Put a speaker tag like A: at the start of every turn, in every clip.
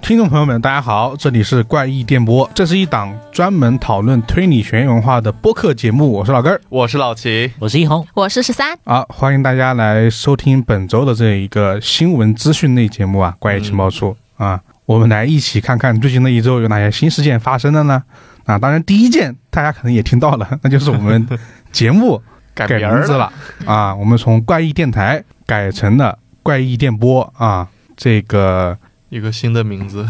A: 听众朋友们，大家好，这里是怪异电波，这是一档专门讨论推理悬疑文化的播客节目，我是老根儿
B: 我是老齐，
C: 我是一红，
D: 我是十三，
A: 啊，欢迎大家来收听本周的这一个新闻资讯类节目啊，《怪异情报处》啊，我们来一起看看最近的一周有哪些新事件发生了呢？啊，当然第一件大家可能也听到了， 那就是我们节目
B: 改
A: 改
B: 名
A: 名
B: 儿
A: 字了啊，我们从怪异电台改成了怪异电波啊，这个
B: 一个新的名字，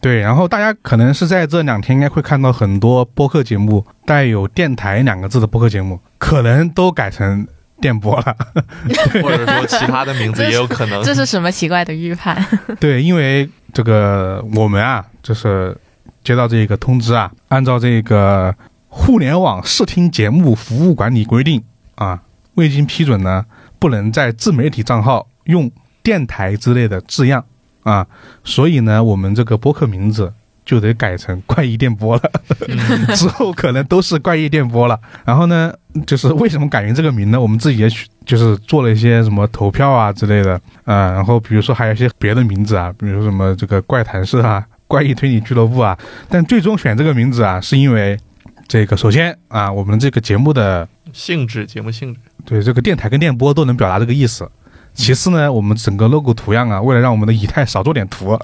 A: 对，然后大家可能是在这两天应该会看到很多播客节目带有“电台”两个字的播客节目，可能都改成电波了。
B: 或者说其他的名 字也有可能。
D: 这是什么奇怪的预判？
A: 对，因为这个我们啊，就是接到这个通知啊，按照这个《互联网视听节目服务管理规定》啊，未经批准呢，不能在自媒体账号用“电台”之类的字样啊，所以呢，我们这个播客名字。就得改成怪异电波了， 之后可能都是怪异电波了。然后呢，就是为什么改名这个名呢？我们自己也去就是做了一些什么投票啊之类的，呃，然后比如说还有一些别的名字啊，比如说什么这个怪谈社啊、怪异推理俱乐部啊，但最终选这个名字啊，是因为这个首先啊，我们这个节目的
B: 性质，节目性质，
A: 对这个电台跟电波都能表达这个意思。其次呢，我们整个 logo 图样啊，为了让我们的仪态少做点图，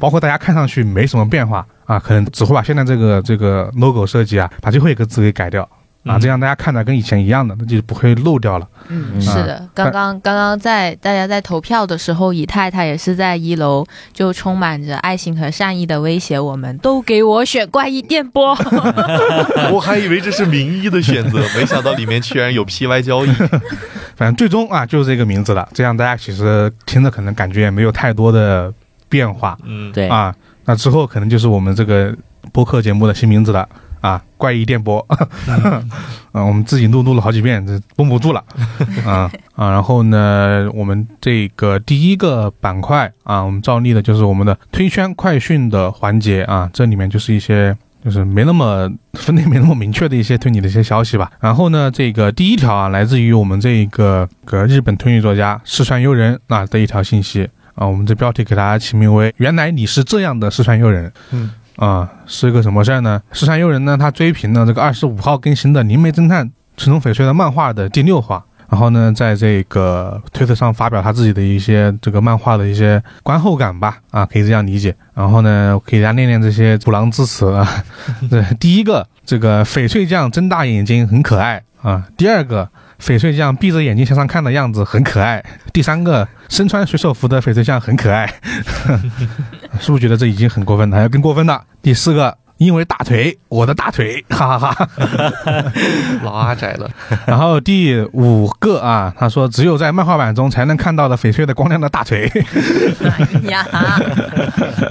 A: 包括大家看上去没什么变化啊，可能只会把现在这个这个 logo 设计啊，把最后一个字给改掉啊，
B: 嗯
A: 这样大家看着跟以前一样的，那就不会漏掉了。
D: 嗯，是的，刚刚刚刚在大家在投票的时候，以太他也是在一楼就充满着爱心和善意的威胁我们，都给我选怪异电波。
B: 我还以为这是名医的选 择，没想到里面居然有 PY 交易。
A: 反正最终啊，就是这个名字了。这样大家其实听着可能感觉也没有太多的变化
B: 嗯，
C: 对，
A: 啊。那之后可能就是我们这个播客节目的新名字了啊，怪异电波。 嗯，我们自己录录了好几遍，这绷不住了啊啊。然后呢，我们这个第一个板块啊，我们照例的就是我们的推圈快讯的环节啊，这里面就是一些。就是没那么分类没那么明确的一些推理的一些消息吧。然后呢，这个第一条啊，来自于我们这个个日本推理作家四川悠人啊的一条信息啊，我们这标题给大家起名为“原来你是这样的四川悠人”。
B: 嗯。
A: 啊，是个什么事儿呢？四川悠人呢，他追评了这个二十五号更新的《灵媒侦探城中翡翠》的漫画的第六话，然后呢，在这个推特上发表他自己的一些这个漫画的一些观后感吧，啊，可以这样理解。然后呢，给大家念念这些虎狼之词啊，对，第一个，这个翡翠酱睁大眼睛很可爱啊。第二个，翡翠酱闭着眼睛向上看的样子很可爱。第三个，身穿水手服的翡翠酱很可爱，是不是觉得这已经很过分了？还有更过分的。第四个，因为大腿，我的大腿， 哈哈哈。
B: 老阿宅了，
A: 然后第五个啊，他说只有在漫画版中才能看到的翡翠的光亮的大腿。
D: 哎呀，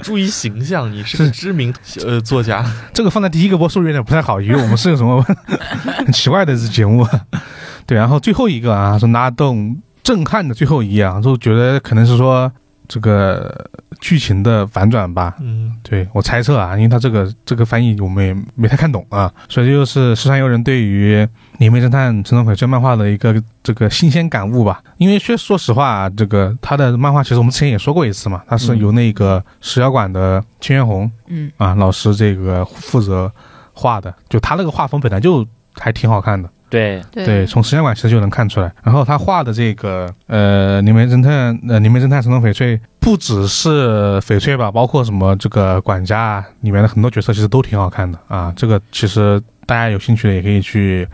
B: 注意形象，你是个知名呃作家。
A: 这个放在第一个播是不是有点不太好？以为我们是个什么很奇怪的节目啊？ 对，然后最后一个啊是拉动震撼的最后一页啊，就觉得可能是说这个剧情的反转吧。
B: 嗯，
A: 对我猜测啊，因为他这个这个翻译我们也没太看懂啊，所以这就是十三游人对于《灵媒侦探陈东翡翠》漫画的一个这个新鲜感悟吧。因为说说实话、啊，这个他的漫画其实我们之前也说过一次嘛，他是由那个石妖馆的清源红
D: 嗯，
A: 啊老师这个负责画的，就他那个画风本来就还挺好看的。
C: 对，
D: 对
A: 对，从时间管其实就能看出来。然后他画的这个呃，《灵媒侦探》呃，《灵媒侦探神龙翡翠》不只是翡翠吧，包括什么这个管家啊里面的很多角色其实都挺好看的啊。这个其实大家有兴趣的也可以去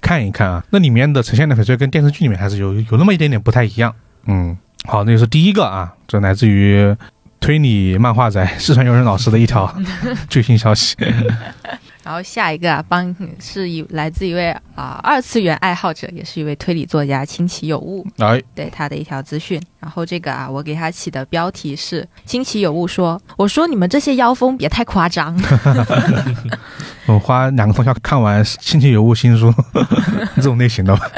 A: 看一看啊。那里面的呈现的翡翠跟电视剧里面还是有有那么一点点不太一样。嗯，好，那就是第一个啊，这来自于推理漫画宅四川游人老师的一条 最新消息。
D: 然后下一个啊，帮是一来自一位啊、二次元爱好者，也是一位推理作家清崎有物
A: 来，
D: 对他的一条资讯。然后这个啊，我给他起的标题是“清崎有物说”，我说你们这些妖风别太夸张。
A: 我花两个通宵看完《星期有物》新书这种类型的吧。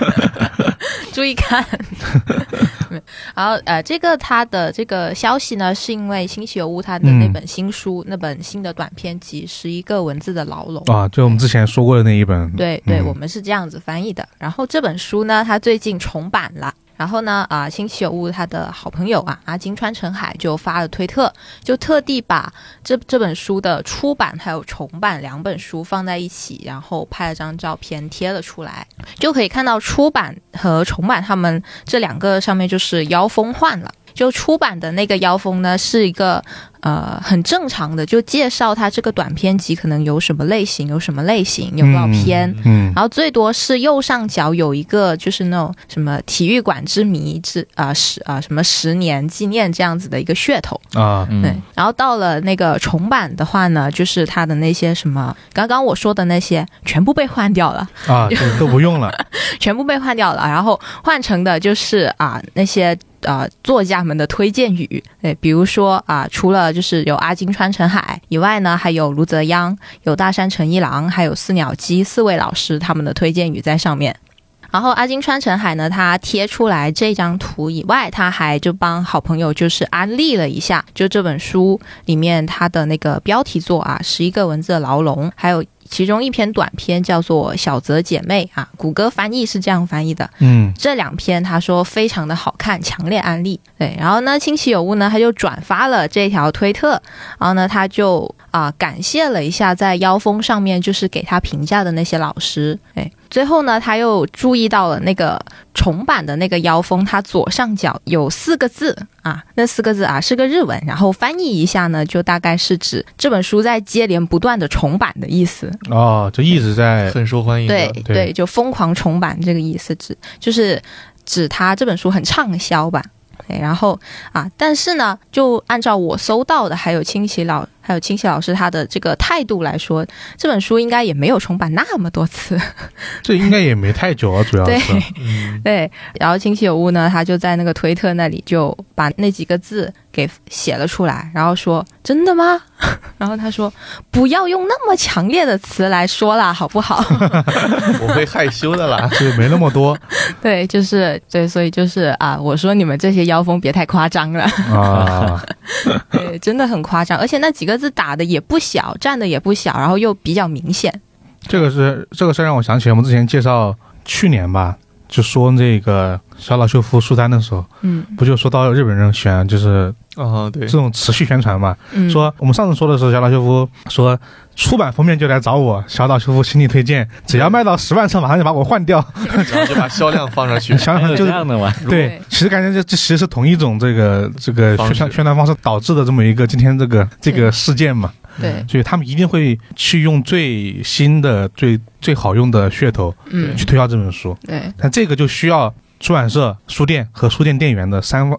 D: 注意看。 然后呃，这个他的这个消息呢，是因为新奇有物他的那本新书，那本新的短篇集《十一个文字的牢笼》。
A: 啊，就我们之前说过的那一本，
D: 对对，
A: 嗯
D: 我们是这样子翻译的。然后这本书呢，它最近重版了，然后呢，啊、星期有物他的好朋友啊，阿金川成海就发了推特，就特地把这这本书的出版还有重版两本书放在一起，然后拍了张照片贴了出来，就可以看到出版和重版他们这两个上面就是妖风换了。就出版的那个妖风呢，是一个呃很正常的，就介绍它这个短篇集可能有什么类型，有什么类型，有多少篇，
A: 嗯
D: 然后最多是右上角有一个就是那种什么体育馆之谜之啊十啊什么十年纪念这样子的一个噱头，
A: 啊，
C: 嗯
D: 对。然后到了那个重版的话呢，就是它的那些什么刚刚我说的那些全部被换掉了，
A: 啊，对都不用了。
D: 全部被换掉了，然后换成的就是啊那些。啊作家们的推荐语，对，比如说啊、除了就是有阿金川成海以外呢，还有卢泽央、有大山诚一郎，还有四鸟鸡四位老师他们的推荐语在上面。然后阿金川成海呢，他贴出来这张图以外，他还就帮好朋友就是安利了一下，就这本书里面它的那个标题作啊，十一个文字的牢笼，还有其中一篇短篇叫做《小泽姐妹》啊，谷歌翻译是这样翻译的，
A: 嗯
D: 这两篇他说非常的好看，强烈安利。对，然后呢，清奇有物呢，他就转发了这条推特，然后呢，他就啊、感谢了一下在妖风上面就是给他评价的那些老师。哎，最后呢，他又注意到了那个重版的那个妖风，它左上角有四个字啊，那四个字啊是个日文，然后翻译一下呢，就大概是指这本书在接连不断的重版的意思。
A: 哦，就一直在
B: 很受欢迎的
D: 对。
A: 对
D: 就疯狂重版这个意思指就是指他这本书很畅销吧。对，然后啊，但是呢，就按照我搜到的，还有清奇老，还有清奇老师他的这个态度来说，这本书应该也没有重版那么多次。
A: 这应该也没太久啊，主要
D: 对
A: 是。
B: 嗯，
D: 对，然后清奇有物呢，他就在那个推特那里就把那几个字给写了出来，然后说：“真的吗？” 然后他说：“不要用那么强烈的词来说啦，好不好？”
B: 我会害羞的啦
A: 啊 就没那么多
D: 对，就是对，所以就是啊，我说你们这些妖风别太夸张 了，
A: 啊。
D: 对，真的很夸张，而且那几个字打的也不小，占的也不小，然后又比较明显。
A: 这个是这个事儿让我想起我们之前介绍去年吧，就说那个小岛秀夫书单的时候，
D: 嗯
A: 不就说到日本人选就是
B: 哦，对
A: 这，种持续宣传嘛？
D: 嗯，
A: 说我们上次说的时候，小岛秀夫说出版封面就来找我，小岛秀夫请你推荐，只要卖到十万册，马上就把我换掉。
B: 然后就把销量放上去
A: 想。想
C: 有
A: 就
C: 这
A: 是
C: 样的吗？
A: 对，其实感觉这这其实是同一种这个这个
B: 方
A: 宣
B: 式
A: 传宣传方式导致的这么一个今天这个这个事件嘛，
D: 对，
A: 所以他们一定会去用最新的、最最好用的噱头
D: 嗯
A: 去推销这本书，
D: 对
A: 但这个就需要出版社、书店和书店店员的三方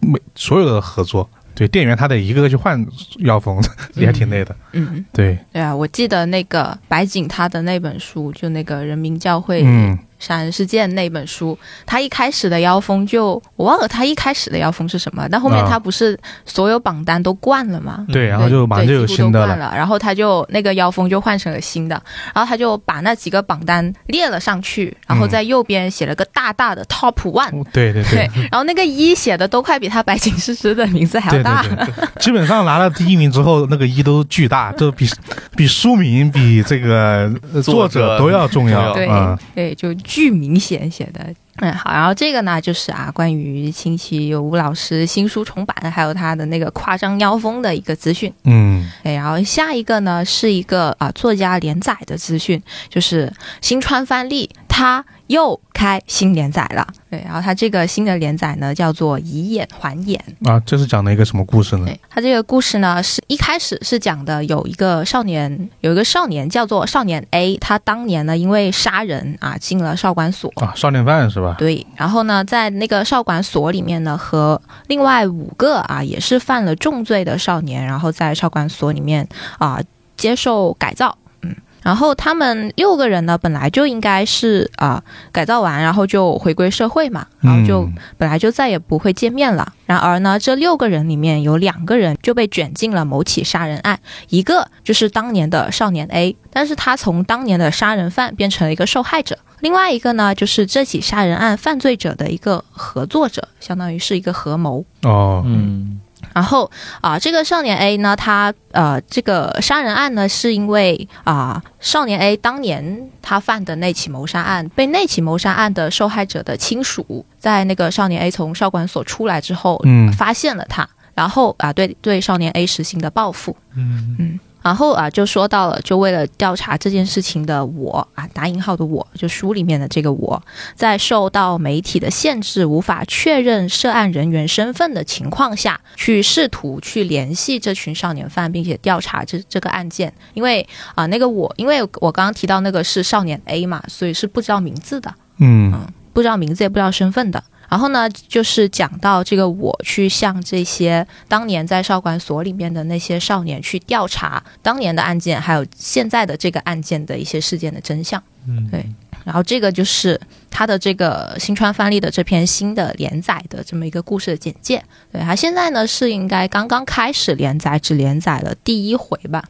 A: 每所有的合作。对，店员他得一个个去换药封， 也还挺累的。
D: 嗯，
A: 对，
D: 对啊，我记得那个白景他的那本书，就那个人民教会
A: 嗯，
D: 杀人事件那本书，他一开始的妖风就我忘了他一开始的妖风是什么，但后面
A: 啊
D: 他不是所有榜单都冠了吗？
B: 嗯
A: 对，然后
D: 对
A: 就马上就
D: 对
A: 有
D: 几乎都
A: 新的
D: 换
A: 了。
D: 了。然后他就那个妖风就换成了新的，然后他就把那几个榜单列了上去，然后在右边写了个大大的 Top One，、
A: 对嗯对
D: 对
A: 对，，
D: 然后那个一写的都快比他白井诗诗的名字还
A: 对
D: 要
A: 哦
D: 大。
A: 对对，基本上拿了第一名之后，那个一都巨大，就比比书名、比这个呃作
B: 作者
A: 者都要重要。
D: 对
A: 嗯，
D: 对，就巨明显写的。嗯，好，然后这个呢，就是啊，关于清奇有吴老师新书重版，还有他的那个夸张妖风的一个资讯。
A: 嗯
D: 对，然后下一个呢是一个啊、作家连载的资讯，就是新川帆利他又开新连载了。对，然后他这个新的连载呢叫做以眼还眼。
A: 啊，这是讲的一个什么故事呢？
D: 对，他这个故事呢是一开始是讲的有一个少年，有一个少年叫做少年 A，他当年呢因为杀人啊进了少管所。
A: 啊，少年犯是吧？
D: 对，然后呢，在那个少管所里面呢，和另外五个啊也是犯了重罪的少年，然后在少管所里面啊、接受改造。嗯，然后他们六个人呢，本来就应该是啊、改造完，然后就回归社会嘛，然后就
A: 嗯
D: 本来就再也不会见面了。然而呢，这六个人里面有两个人就被卷进了某起杀人案，一个就是当年的少年 A，但是他从当年的杀人犯变成了一个受害者。另外一个呢，就是这起杀人案犯罪者的一个合作者，相当于是一个合谋。
A: 哦，
C: 嗯，
D: 啊、然后啊、这个少年 A 呢，他呃，这个杀人案呢，是因为啊、少年 A 当年他犯的那起谋杀案，被那起谋杀案的受害者的亲属在那个少年 A 从少管所出来之后，
A: 嗯
D: 发现了他，然后啊、对对少年 A 实行的报复。
B: 嗯
D: 然后啊，就说到了，就为了调查这件事情的我啊，打引号的我，就书里面的这个我，在受到媒体的限制，无法确认涉案人员身份的情况下，去试图去联系这群少年犯，并且调查这这个案件。因为啊，那个我，因为我刚刚提到那个是少年 A 嘛，所以是不知道名字的。
A: 嗯
D: 不知道名字也不知道身份的。然后呢，就是讲到这个我去向这些当年在少管所里面的那些少年去调查当年的案件，还有现在的这个案件的一些事件的真相。
B: 嗯
D: 对然后这个就是他的这个新川帆利的这篇新的连载的这么一个故事的简介。对，他现在呢是应该刚刚开始连载，只连载了第一回吧？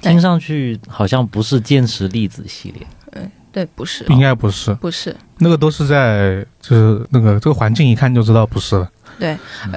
C: 听上去好像不是坚持粒子系列，
D: 对，不是，哦
A: 应该不是，
D: 不是。
A: 那个都是在就是那个这个环境一看就知道不是了。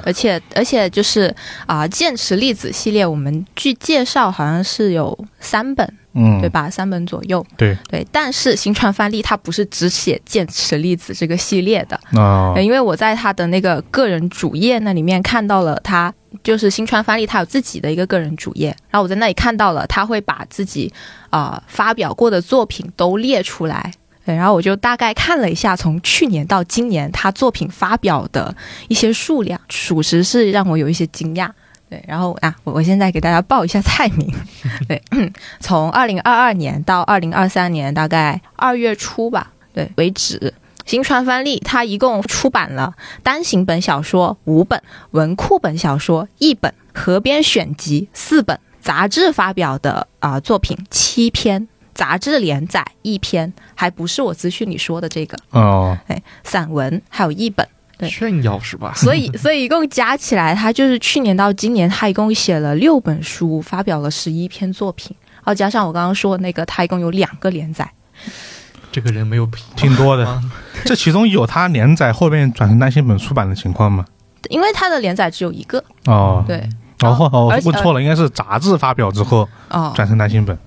D: 而且而且就是啊，剑齿粒子系列，我们据介绍好像是有三本，
A: 嗯，
D: 对？吧？三本左右。
A: 对
D: 对，但是新川帆利它不是只写剑齿粒子这个系列的，
A: 啊
D: 呃，因为我在他的那个个人主页那里面看到了他。就是新川帆利，他有自己的一个个人主页，然后我在那里看到了，他会把自己啊、呃发表过的作品都列出来，对，然后我就大概看了一下，从去年到今年他作品发表的一些数量，属实是让我有一些惊讶。对，然后啊，我我现在给大家报一下菜名，对，从二零二二年到二零二三年大概二月初吧，对为止。新川帆利，他一共出版了单行本小说五本，文库本小说一本，河边选集四本，杂志发表的啊、作品七篇，杂志连载一篇，还不是我资讯里说的这个
A: 哦，
D: 散文，还有一本。对
B: 炫耀是吧？
D: 所以，所以一共加起来，他就是去年到今年，他一共写了六本书，发表了十一篇作品，然后加上我刚刚说的那个，他一共有两个连载。
B: 这个人没有品，
A: 挺多的
B: 啊。
A: 这其中有他连载后面转成单行本出版的情况吗？
D: 因为他的连载只有一个，
A: 哦，
D: 对，
A: 然后哦，
D: 而且
A: 问错了，应该是杂志发表之后
D: 哦，
A: 转成单行本。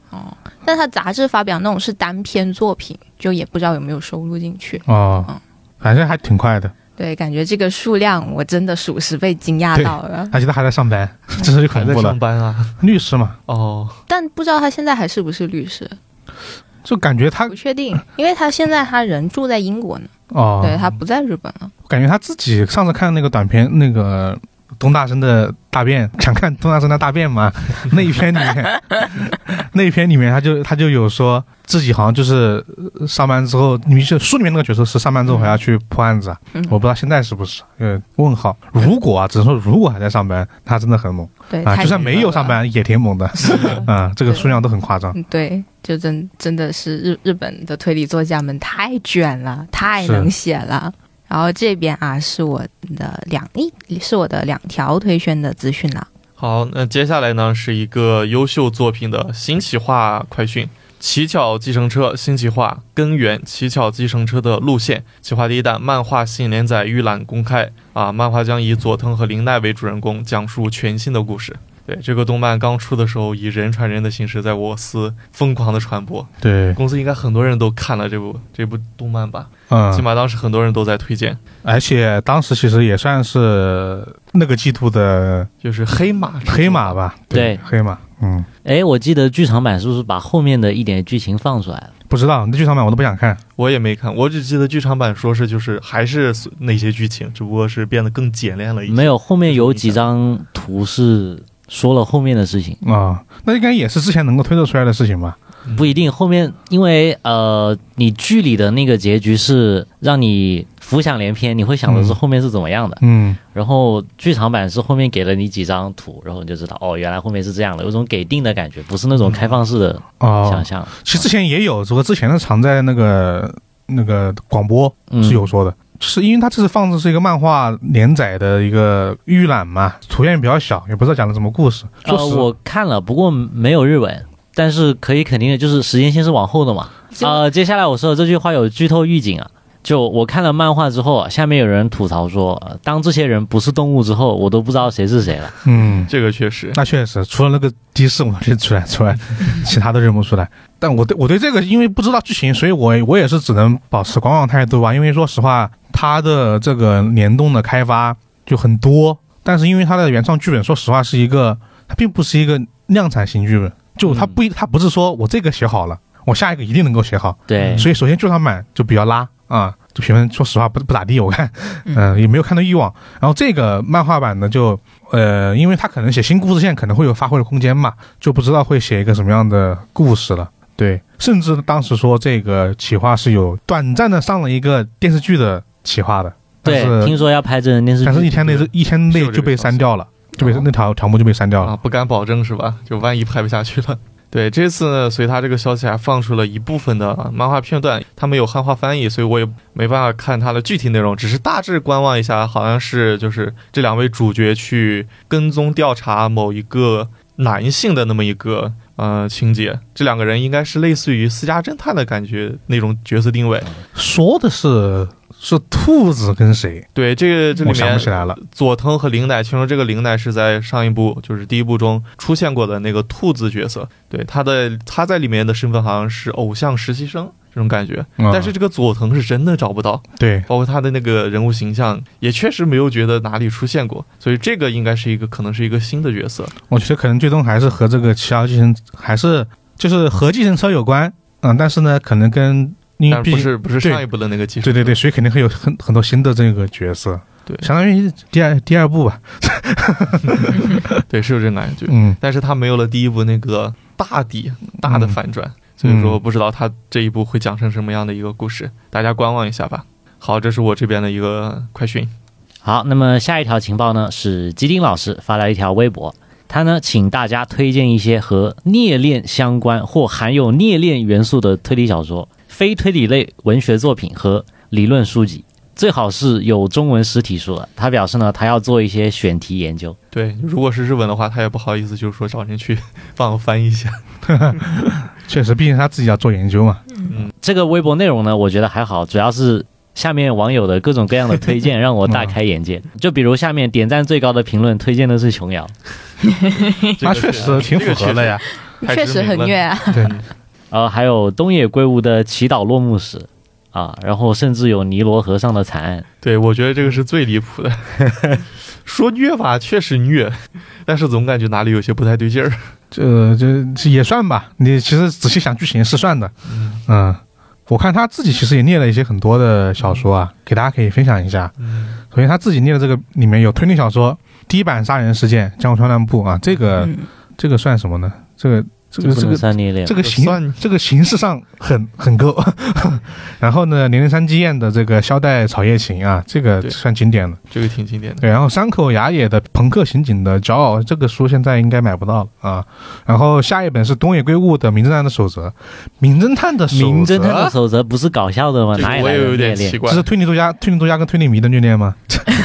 D: 但他杂志发表那种是单篇作品，就也不知道有没有收录进去。
A: 哦
D: 嗯，
A: 反正还挺快的，
D: 对，感觉这个数量我真的属实被惊讶到了，
A: 而且他还在上班，这是就恐
B: 还在
A: 怖了
B: 上。班啊？
A: 律师嘛，
B: 哦，
D: 但不知道他现在还是不是律师，
A: 就感觉他
D: 不确定，因为他现在他人住在英国呢，
A: 哦，
D: 对他不在日本了。
A: 感觉他自己上次看那个短片，那个东大生的大便， 想看东大生的大便嘛？那一篇里面， 那一篇里面他就他就有说自己好像就是呃上班之后，你是书里面那个角色是上班之后还要去破案子啊，
D: 嗯
A: 我不知道现在是不是，呃，问号。如果啊，只能说如果还在上班，他真的很猛
D: 对，
A: 啊，
D: 哎太
A: 就算没有
D: 了
A: 上班也挺猛 的啊，这个数量都很夸张。
D: 嗯，对，就真真的是日日本的推理作家们太卷了，太
A: 是
D: 能写了。然后这边啊，是我的两一，是我的两条推荐的资讯了。
B: 好，那接下来呢是一个优秀作品的新企划快讯。乞巧计程车新企划根源乞巧计程车的路线企划第一弹漫画新连载预览公开啊！漫画将以佐藤和绫奈为主人公，讲述全新的故事。对这个动漫刚出的时候，以人传人的形式在我司疯狂的传播，
A: 对，
B: 公司应该很多人都看了这部这部动漫吧？起
A: 嗯，
B: 码当时很多人都在推荐，
A: 而且当时其实也算是那个季度的
B: 就是黑马之作
A: 黑马吧，
C: 对
A: 黑马，嗯。
C: 哎，我记得剧场版是不是把后面的一点剧情放出来了？
A: 不知道那剧场版我都不想看。
B: 我也没看，我只记得剧场版说是就是还是那些剧情，只不过是变得更简练了一些。
C: 没有，后面有几张图是说了后面的事情，
A: 啊、那应该也是之前能够推测出来的事情吧？
B: 嗯
C: 不一定。后面因为呃，你剧里的那个结局是让你浮想联翩，你会想的
A: 嗯
C: 是后面是怎么样的。
A: 嗯，
C: 然后剧场版是后面给了你几张图，然后你就知道哦，原来后面是这样的，有种给定的感觉，不是那种开放式的
A: 哦
C: 想，象。
A: 其实之前也有，只不过之前的常在那个那个广播
C: 嗯
A: 是有说的，就是因为它这次放的是一个漫画连载的一个预览嘛，图片比较小，也不知道讲的什么故事。说
C: 呃，
A: 实
C: 我看了，不过没有日文，但是可以肯定的就是时间线是往后的嘛。呃
D: 就
C: 啊、接下来我说的这句话有剧透预警啊。就我看了漫画之后，下面有人吐槽说，呃当这些人不是动物之后，我都不知道谁是谁了。
A: 嗯，
B: 这个确实，
A: 那确实，除了那个的士我认出来之外，其他都认不出来。但我对我对这个，因为不知道剧情，所以我我也是只能保持观望态度吧。因为说实话，它的这个联动的开发就很多，但是因为它的原创剧本，说实话是一个，它并不是一个量产型剧本，就它不一，它不是说我这个写好了，我下一个一定能够写好。
C: 对，
A: 嗯所以首先就场版就比较拉啊，这评分说实话不不咋地，我看，嗯、也没有看到欲望。然后这个漫画版呢，就呃，因为他可能写新故事线可能会有发挥的空间嘛，就不知道会写一个什么样的故事了。对，甚至当时说这个企划是有短暂的上了一个电视剧的企划的，但
C: 对，听
A: 是
C: 说要拍真人电视剧，
A: 但是一天内一天内就被删掉了，就被
B: 哦
A: 那条条目就被删掉
B: 啊，
A: 了。
B: 不敢保证是吧？就万一拍不下去了。对，这次呢，随他这个消息还放出了一部分的漫画片段，他们有汉化翻译，所以我也没办法看它的具体内容，只是大致观望一下，好像是就是这两位主角去跟踪调查某一个男性的那么一个呃情节，这两个人应该是类似于私家侦探的感觉那种角色定位。
A: 说的是是兔子跟谁？
B: 对，这个这里
A: 我想
B: 面
A: 不起来了。
B: 佐藤和绫乃，其中这个绫乃是在上一部，就是第一部中出现过的那个兔子角色。对，他的他在里面的身份好像是偶像实习生这种感觉，
A: 嗯
B: 但是这个佐藤是真的找不到，
A: 对，
B: 包括他的那个人物形象也确实没有觉得哪里出现过，所以这个应该是一个可能是一个新的角色。
A: 我觉得可能最终还是和这个骑摇计程还是就是和计程车有关，嗯，但是呢，可能跟因为
B: 但是
A: 毕
B: 不
A: 竟
B: 是不是
A: 对
B: 上一部的那个技术？
A: 对对对，所以肯定会有很很多新的这个角色，
B: 对
A: 相当于第二第二部吧，
B: 对，是有这种感觉，
A: 嗯，
B: 但是他没有了第一部那个大底大的反转，所以说不知道他这一部会讲成什么样的一个故事，大家观望一下吧。好，这是我这边的一个快讯。
C: 好，那么下一条情报呢，是吉丁老师发来一条微博，他呢请大家推荐一些和虐恋相关或含有虐恋元素的推理小说、非推理类文学作品和理论书籍，最好是有中文实体书的。他表示呢，他要做一些选题研究。
B: 对，如果是日文的话，他也不好意思，就是说找人去帮我翻译一下。
A: 确实，毕竟他自己要做研究嘛，
C: 这个微博内容呢，我觉得还好，主要是下面网友的各种各样的推荐让我大开眼界。就比如下面点赞最高的评论推荐的是琼瑶，
B: 这
A: 那
B: 个
A: 啊确
B: 是
A: 实挺符合的。呀，
B: 这个确
D: 确实
B: 实
D: 很虐啊。
A: 对，
C: 呃，还有东野圭吾的《祈祷落幕时》啊，然后甚至有尼罗河上的惨案。
B: 对，我觉得这个是最 离谱的。说虐吧，确实虐，但是总感觉哪里有些不太对劲儿。
A: 这这这也算吧，你其实仔细想剧情是算的，嗯，我看他自己其实也列了一些很多的小说啊，给大家可以分享一下，
B: 嗯，
A: 首先他自己念的这个里面有推理小说《第一版杀人事件》《江户川乱步》啊，这个、
D: 嗯
A: 这个算什么呢？这个这
C: 这
A: 个
C: 不
A: 这
C: 能
A: 个
C: 算虐恋
A: 这。个形
B: 算
A: 这个形式上很 很够。然后呢，零零三基彦的这个《萧代草夜行》啊，这个
B: 对
A: 算经典的。
B: 这个挺经典的。
A: 对，然后山口雅也的《朋克刑警的骄傲》这个书现在应该买不到了啊。然后下一本是东野圭吾的《名侦探的守则》，《名侦探的守则》
C: 名侦探的守则不是搞笑的吗？
B: 这
C: 哪
B: 个
C: 里
B: 我
C: 来
B: 也
C: 的
B: 有
C: 虐
B: 点奇
C: 恋？
B: 怪
A: 这。是推理作家、推理作家跟推理迷的虐恋 吗？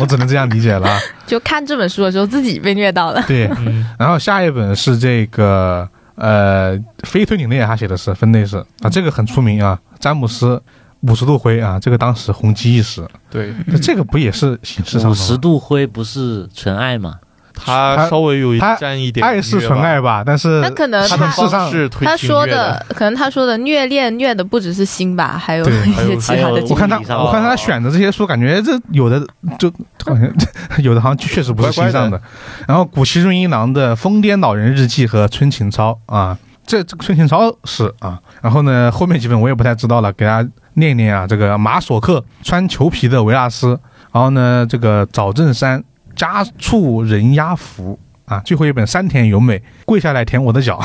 A: 我只能这样理解了啊。
D: 就看这本书的时候，自己被虐到了。
A: 对，
B: 嗯，
A: 然后下一本是这个呃非推理类，他写的是分类是啊，这个很出名啊，詹姆斯五十度灰啊，这个当时红极一时，
B: 对
A: 那这个不也是形式上
C: 五
A: 的
C: 十
A: 吗？
C: 度灰不是纯爱吗？
B: 他
A: 他
B: 稍微有一
A: 他
B: 沾一点
A: 爱是
B: 虐
A: 纯
B: 吧
A: 爱吧，但是
D: 那可能
A: 形
B: 他的
D: 他
A: 式上
B: 方，式推
D: 他
B: 挺
D: 说
B: 虐的
D: 的，可能他说的虐恋虐的不只是心吧，还有
A: 对
D: 一
B: 还有
D: 些其
C: 还
D: 他
C: 有
D: 的经
A: 我看他
C: 经历上
A: 我看他选的这些书，感觉这有的就好像 有的好像确实不是新上的。然后古奇润一郎的《疯癫老人日记》和《春情抄》啊，这这个《春情抄》是啊，然后呢后面几本我也不太知道了，给大家念一念啊。这个马索克穿裘皮的维纳斯，然后呢这个早正山家畜人鸭服。啊，最后一本山田由美跪下来舔我的脚，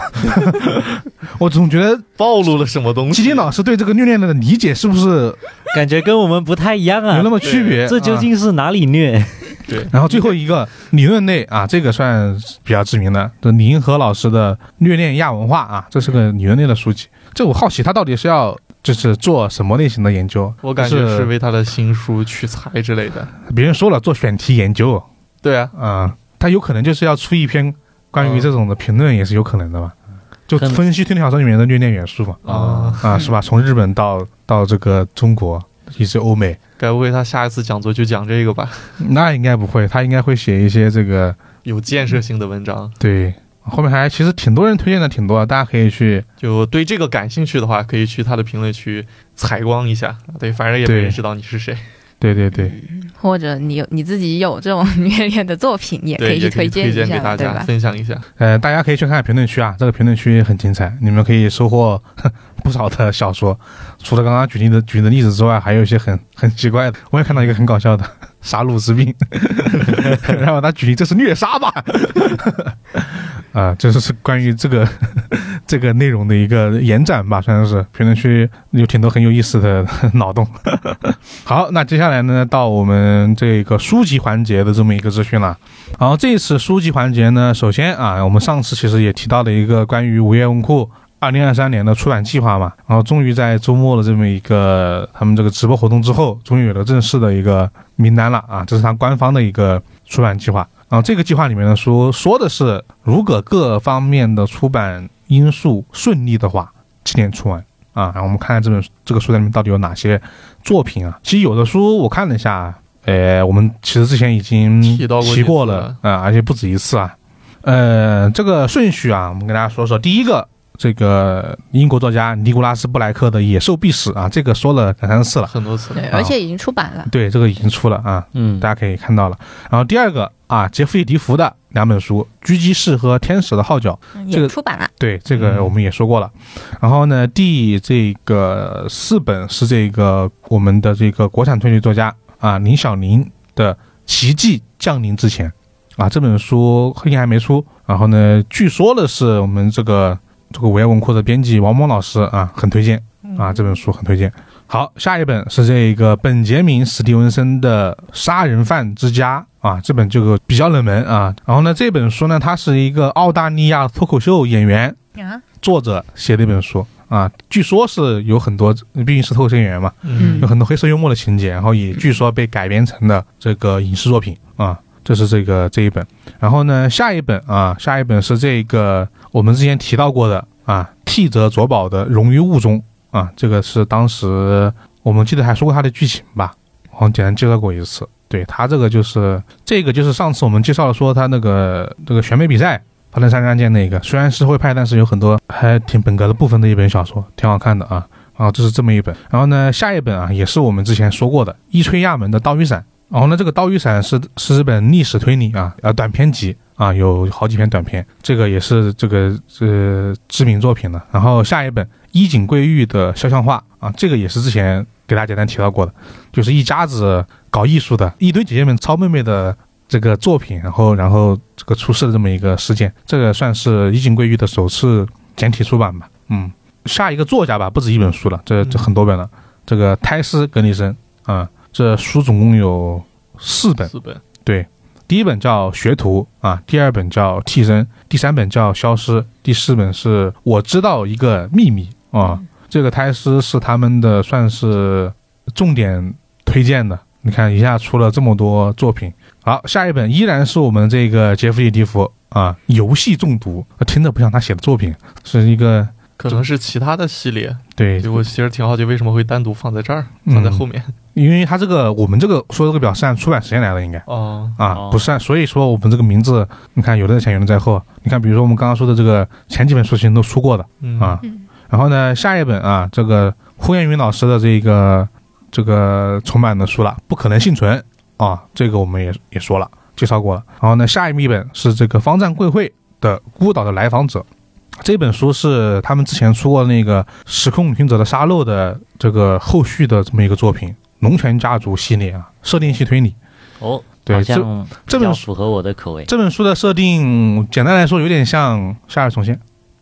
A: 我总觉得
B: 暴露了什么东西？
A: 基金老师对这个虐恋的理解是不是
C: 感觉跟我们不太一样
A: 有
C: 啊
A: 那。么区别？
C: 这究
A: 啊
C: 竟是哪里虐？
B: 对，
A: 然后最后一个理论类啊，这个算比较知名的，这李银河老师的《虐恋亚文化》啊，这是个理论类的书籍。这我好奇他到底是要就是做什么类型的研究？
B: 我感觉是
A: 是
B: 为他的新书取材之类的。
A: 别人说了做选题研究
B: 对啊，
A: 啊、他有可能就是要出一篇关于这种的评论，也是有可能的吧？就
C: 可能
A: 分析推理小说里面的虐恋元素嘛，
B: 啊，
A: 啊，是吧？从日本到到这个中国，以及欧美。
B: 该不会他下一次讲座就讲这个吧？
A: 那应该不会，他应该会写一些这个
B: 有建设性的文章，
A: 对。后面还其实挺多人推荐的，挺多，大家可以去
B: 就对这个感兴趣的话，可以去他的评论区采光一下。对，反正也没
A: 对
B: 人知道你是谁，
A: 对对对，
D: 或者你有你自己有这种虐恋的作品，也可
B: 对，
D: 以去
B: 也可以
D: 荐
B: 推
D: 一
B: 荐给
D: 下，
B: 大
D: 对
B: 家
D: 吧？
B: 分享一下。
A: 呃，大家可以去看看评论区啊，这个评论区很精彩，你们可以收获 不少的小说。除了刚刚举例的举的例子之外，还有一些很 很奇怪的。我也看到一个很搞笑的 杀戮之病， 然后他举例这是虐杀吧？ 啊，这就是关于这个 这个内容的一个延展吧，算是评论区有挺多很有意思的 脑洞。好，那接下来呢，到我们这个书籍环节的这么一个资讯了。然后这一次书籍环节呢，首先啊，我们上次其实也提到了一个关于午夜文库二零二三年的出版计划嘛，然后终于在周末的这么一个他们这个直播活动之后，终于有了正式的一个名单了啊，这是他官方的一个出版计划。然后这个计划里面呢说说的是，如果各方面的出版因素顺利的话，七点出完啊。然后我们看看这本这个书单里面到底有哪些作品啊。其实有的书我看了一下，呃，我们其实之前已经
B: 提到过几
A: 提过
B: 次
A: 了
B: 了
A: 啊、而且不止一次啊。呃，这个顺序啊，我们跟大家说说。第一个，这个英国作家尼古拉斯布莱克的《野兽必死》啊，这个说了两三次了。
B: 很多次，
D: 对，而且已经出版了。
A: 对，这个已经出了啊，
C: 嗯，
A: 大家可以看到了。然后第二个啊，杰弗里·迪福的两本书《狙击士》和《天使的号角》，
D: 嗯
A: 这个
D: 也出版了，
A: 对，这个我们也说过了。然后呢，第这个四本是这个我们的这个国产推理作家啊林小宁的《奇迹降临之前》啊，这本书应该还没出。然后呢，据说的是我们这个这个午夜文库的编辑王蒙老师啊，很推荐啊，这本书很推荐。好，下一本是这个本杰明·史蒂文森的《杀人犯之家》啊，这本这个比较冷门啊。然后呢，这本书呢，它是一个澳大利亚脱口秀演员
D: 啊，
A: 作者写的一本书啊，据说是有很多，毕竟是脱口秀演员嘛，
D: 嗯
A: 有很多黑色幽默的情节，然后也据说被改编成了这个影视作品啊，这是这个这一本。然后呢，下一本啊，下一本是这个我们之前提到过的啊，替泽佐保的《溶于雾中》啊，这个是当时我们记得还说过它的剧情吧，好像简单介绍过一次。对他这个就是这个就是上次我们介绍了说他那个这个选美比赛《华灯杀人案件》那个，虽然是会拍，但是有很多还挺本格的部分的一本小说，挺好看的啊。啊，这是这么一本。然后呢，下一本啊，也是我们之前说过的伊吹亚门的《刀与伞》。然后呢，这个《刀与伞是》是日本历史推理啊，呃，短篇集啊，有好几篇短篇，这个也是这个呃知名作品了。然后下一本伊井贵玉的《肖像画》啊，这个也是之前给大家简单提到过的，就是一家子搞艺术的一堆姐姐们抄妹妹的这个作品，然后然后这个出事的这么一个事件，这个算是伊井贵玉的首次简体出版吧，嗯。下一个作家吧，不止一本书了，这这
B: 嗯
A: 很多本了。这个泰斯·格里森啊、这书总共有四本，
B: 四本，
A: 对，第一本叫《学徒》啊，第二本叫《替身》，第三本叫《消失》，第四本是我知道一个秘密啊。这个泰斯是他们的算是重点推荐的。你看一下出了这么多作品，好，下一本依然是我们这个杰弗里·迪福啊，《游戏中毒》，听着不像他写的作品，是一个
B: 可能是其他的系列。
A: 对
B: 对，我其实挺好奇为什么会单独放在这儿，
A: 嗯
B: 放在后面。
A: 因为他这个我们这个说这个表是按出版时间来的，应该
B: 哦，
A: 啊
C: 哦，
A: 不是按，所以说我们这个名字，你看有的在前，有的在后。你看，比如说我们刚刚说的这个前几本书其实都出过的
B: 嗯
A: 啊
D: 嗯，
A: 然后呢，下一本啊，这个胡彦云老师的这个这个重版的书了，《不可能幸存》啊，这个我们也也说了，介绍过了。然后呢，下一本是这个方丈贵会的《孤岛的来访者》。这本书是他们之前出过那个《时空旅行者的沙漏》的这个后续的这么一个作品，龙泉家族系列啊，设定系推理。
C: 哦，
A: 对
C: 好
A: 这
C: 像
A: 这
C: 比
A: 本
C: 较
A: 书
C: 符合我的口味。
A: 这本书的设定，简单来说有点像《夏日重现》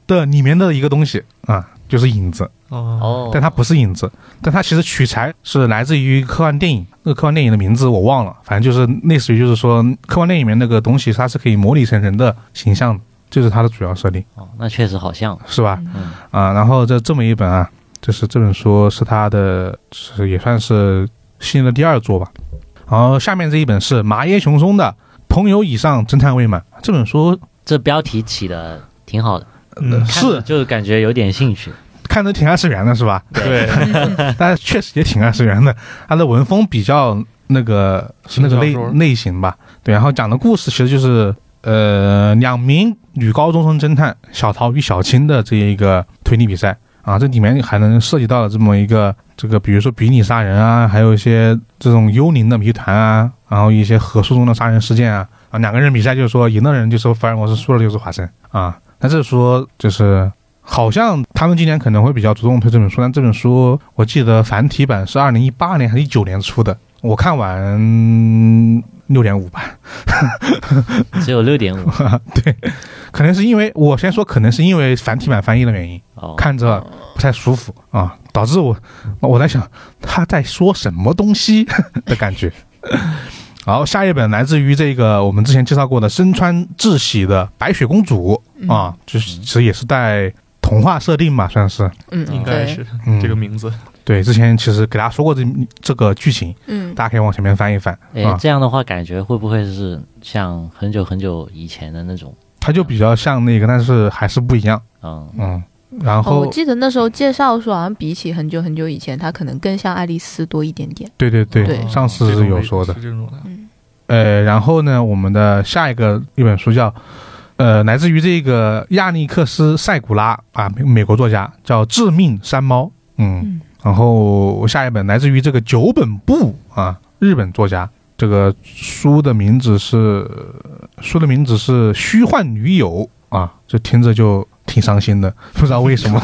A: 的里面的一个东西啊，就是影子，
B: 哦，
C: 哦，
A: 但它不是影子，但它其实取材是来自于科幻电影，那个科幻电影的名字我忘了，反正就是类似于就是说科幻电影里面那个东西，它是可以模拟成人的形象的，这是它的主要设定，
C: 哦，那确实好像
A: 是吧？
C: 嗯
A: 啊，然后这这么一本啊，就是这本书是他的，是也算是新的第二作吧。然后下面这一本是麻耶雄松的《朋友以上侦探未满》这本书
C: 这标题起的挺好的，
B: 嗯
C: 看着
A: 呃是
C: 就感觉有点兴趣。
A: 看着挺二次元的是 吧？
B: 对，
C: 嗯
A: 但是确实也挺二次元的，它的文风比较那个是那个类
B: 轻小说
A: 类型吧。对，然后讲的故事其实就是呃两名女高中生侦探小桃与小青的这一个推理比赛啊，这里面还能涉及到了这么一个这个，比如说比拟杀人啊，还有一些这种幽灵的谜团啊，然后一些合书中的杀人事件啊啊，两个人比赛就是说赢的人就是福尔摩斯，输了就是华生啊。但是说就是好像他们今年可能会比较着重推这本书，但这本书我记得繁体版是二零一八年还是一九年出的，我看完六点五吧，
C: 只有六点五
A: 可能是因为我先说，可能是因为繁体版翻译的原因，
C: 哦，
A: 看着不太舒服啊，导致我我在想他在说什么东西 的感觉。好，下一本来自于这个我们之前介绍过的身川智喜的《白雪公主》啊，就是其实也是带童话设定嘛，算是。
D: 嗯，
B: 应该是
A: 嗯
B: 这个名字。
A: 对，之前其实给大家说过这这个剧情，
D: 嗯，
A: 大家可以往前面翻一翻
C: 哎
A: 啊，，
C: 这样的话感觉会不会是像很久很久以前的那种？
A: 它就比较像那个，但是还是不一样，
C: 嗯，
A: 嗯。然
D: 哦，
A: 后，
D: 我记得那时候介绍说，好像比起很久很久以前，它可能更像爱丽丝多一点点。
A: 对对对，
D: 对嗯
A: 上次是有说的
B: 是。这种的。
A: 呃，然后呢，我们的下一个一本书叫，呃，来自于这个亚历克斯·塞古拉啊，美美国作家，叫《致命山猫》。嗯，
D: 嗯
A: 然后下一本来自于这个久本部啊，日本作家。这个书的名字是书的名字是《虚幻女友》啊，这听着就挺伤心的， 不知道为什么。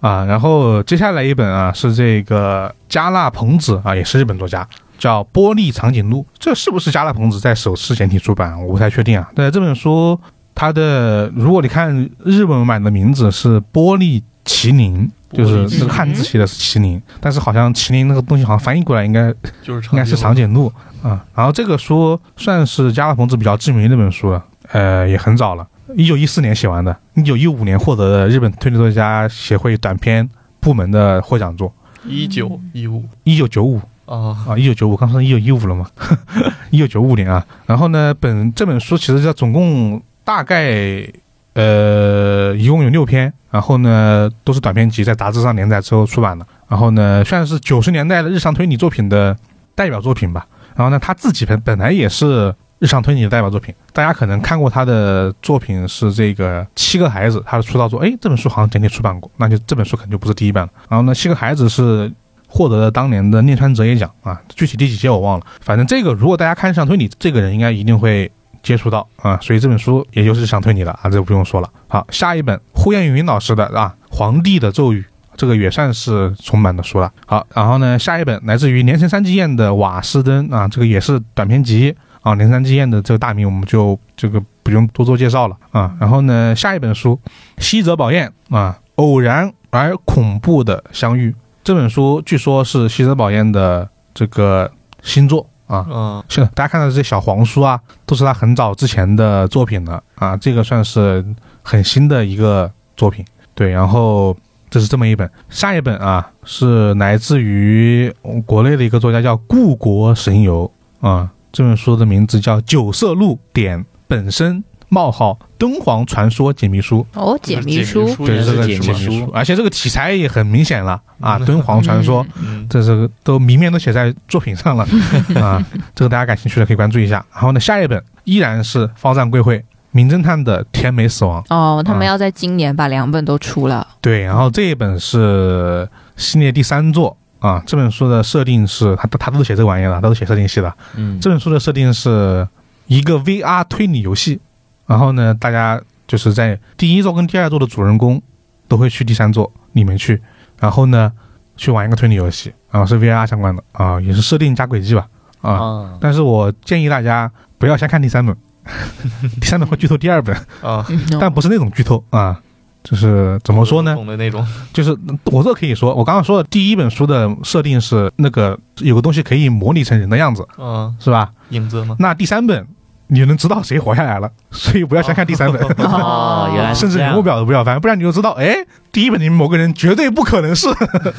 A: 啊，然后接下来一本啊是这个加纳朋子啊，也是日本作家，叫《玻璃长颈鹿》。这是不是加纳朋子在首次简体出版？我不太确定啊。对这本书，它的如果你看日文版的名字是《玻璃麒麟》，就是那个汉字写的是麒麟，但是好像麒麟那个东西好像翻译过来应该
B: 就是长
A: 应该是长颈鹿啊。然后这个书算是加勒彭子比较知名的一本书了，呃，也很早了，一九一四年写完的，一九一五年获得了日本推理作家协会短篇部门的获奖作。
B: 一九一五
A: 一九九五
B: 啊，
A: 啊，一九九五，刚说一九一五了嘛， 一九九五年啊。然后呢，本这本书其实它总共大概呃一共有六篇，然后呢都是短篇集，在杂志上连载之后出版的。然后呢，算是九十年代的日常推理作品的代表作品吧。然后呢，他自己本本来也是日常推理的代表作品，大家可能看过他的作品是这个《七个孩子》，他的出道作，哎，这本书好像简体出版过，那就这本书肯定就不是第一版了。然后呢，《七个孩子》是获得了当年的念川哲也奖啊，具体第几届我忘了。反正这个如果大家看日常推理，这个人应该一定会接触到啊，所以这本书也就是日常推理了啊，这不用说了。好，下一本呼延云老师的啊《皇帝的咒语》。这个也算是重版的书了。好，然后呢，下一本来自于连城三纪彦的《瓦斯登》啊，这个也是短篇集啊。连城三纪彦的这个大名我们就这个不用多做介绍了啊。然后呢，下一本书《西泽保彦》啊，偶然而恐怖的相遇，这本书据说是西泽保彦的这个新作啊。
B: 嗯，
A: 是大家看到这些小黄书啊，都是他很早之前的作品了啊，这个算是很新的一个作品。对，然后这是这么一本，下一本啊是来自于国内的一个作家叫故国神游啊，这本书的名字叫《九色鹿点本身冒号敦煌传说解密书》。
D: 哦，解谜书，
B: 书
A: 对，
C: 也
A: 这
C: 是
A: 个
C: 解
A: 解
C: 密
A: 密
C: 书
A: 书，而且这个题材也很明显了啊，
B: 嗯
A: 敦煌传说。
B: 嗯，
A: 这是都明面都写在作品上了啊，这个大家感兴趣的可以关注一下。然后呢，下一本依然是方丈贵会《名侦探的天美死亡》
D: 哦，他
A: 啊
D: 们要在今年把两本都出了。
A: 对，然后这一本是系列第三作啊。这本书的设定是，他他都是写这个玩意儿的，他都是写设定系的。
C: 嗯，
A: 这本书的设定是一个 VR 推理游戏，然后呢，大家就是在第一座跟第二座的主人公都会去第三座里面去，然后呢去玩一个推理游戏啊，是 VR 相关的啊，也是设定加轨迹吧啊。
C: 啊，
A: 但是我建议大家不要先看第三本， 第三本会剧透第二本，
B: 啊，
D: 嗯，
A: 但不是那种剧透啊，就是怎么说呢？
B: 懂的那种，
A: 就是我这可以说，我刚刚说的第一本书的设定是那个有个东西可以模拟成人的样子，
B: 嗯，
A: 是吧？
B: 影子吗？
A: 那第三本你就能知道谁活下来 了，所以不要先看第三本，
C: 哦，原来是
A: 甚至
C: 这样
A: 人物表都不要翻，不然你就知道，哎，第一本里面某个人绝对不可能是，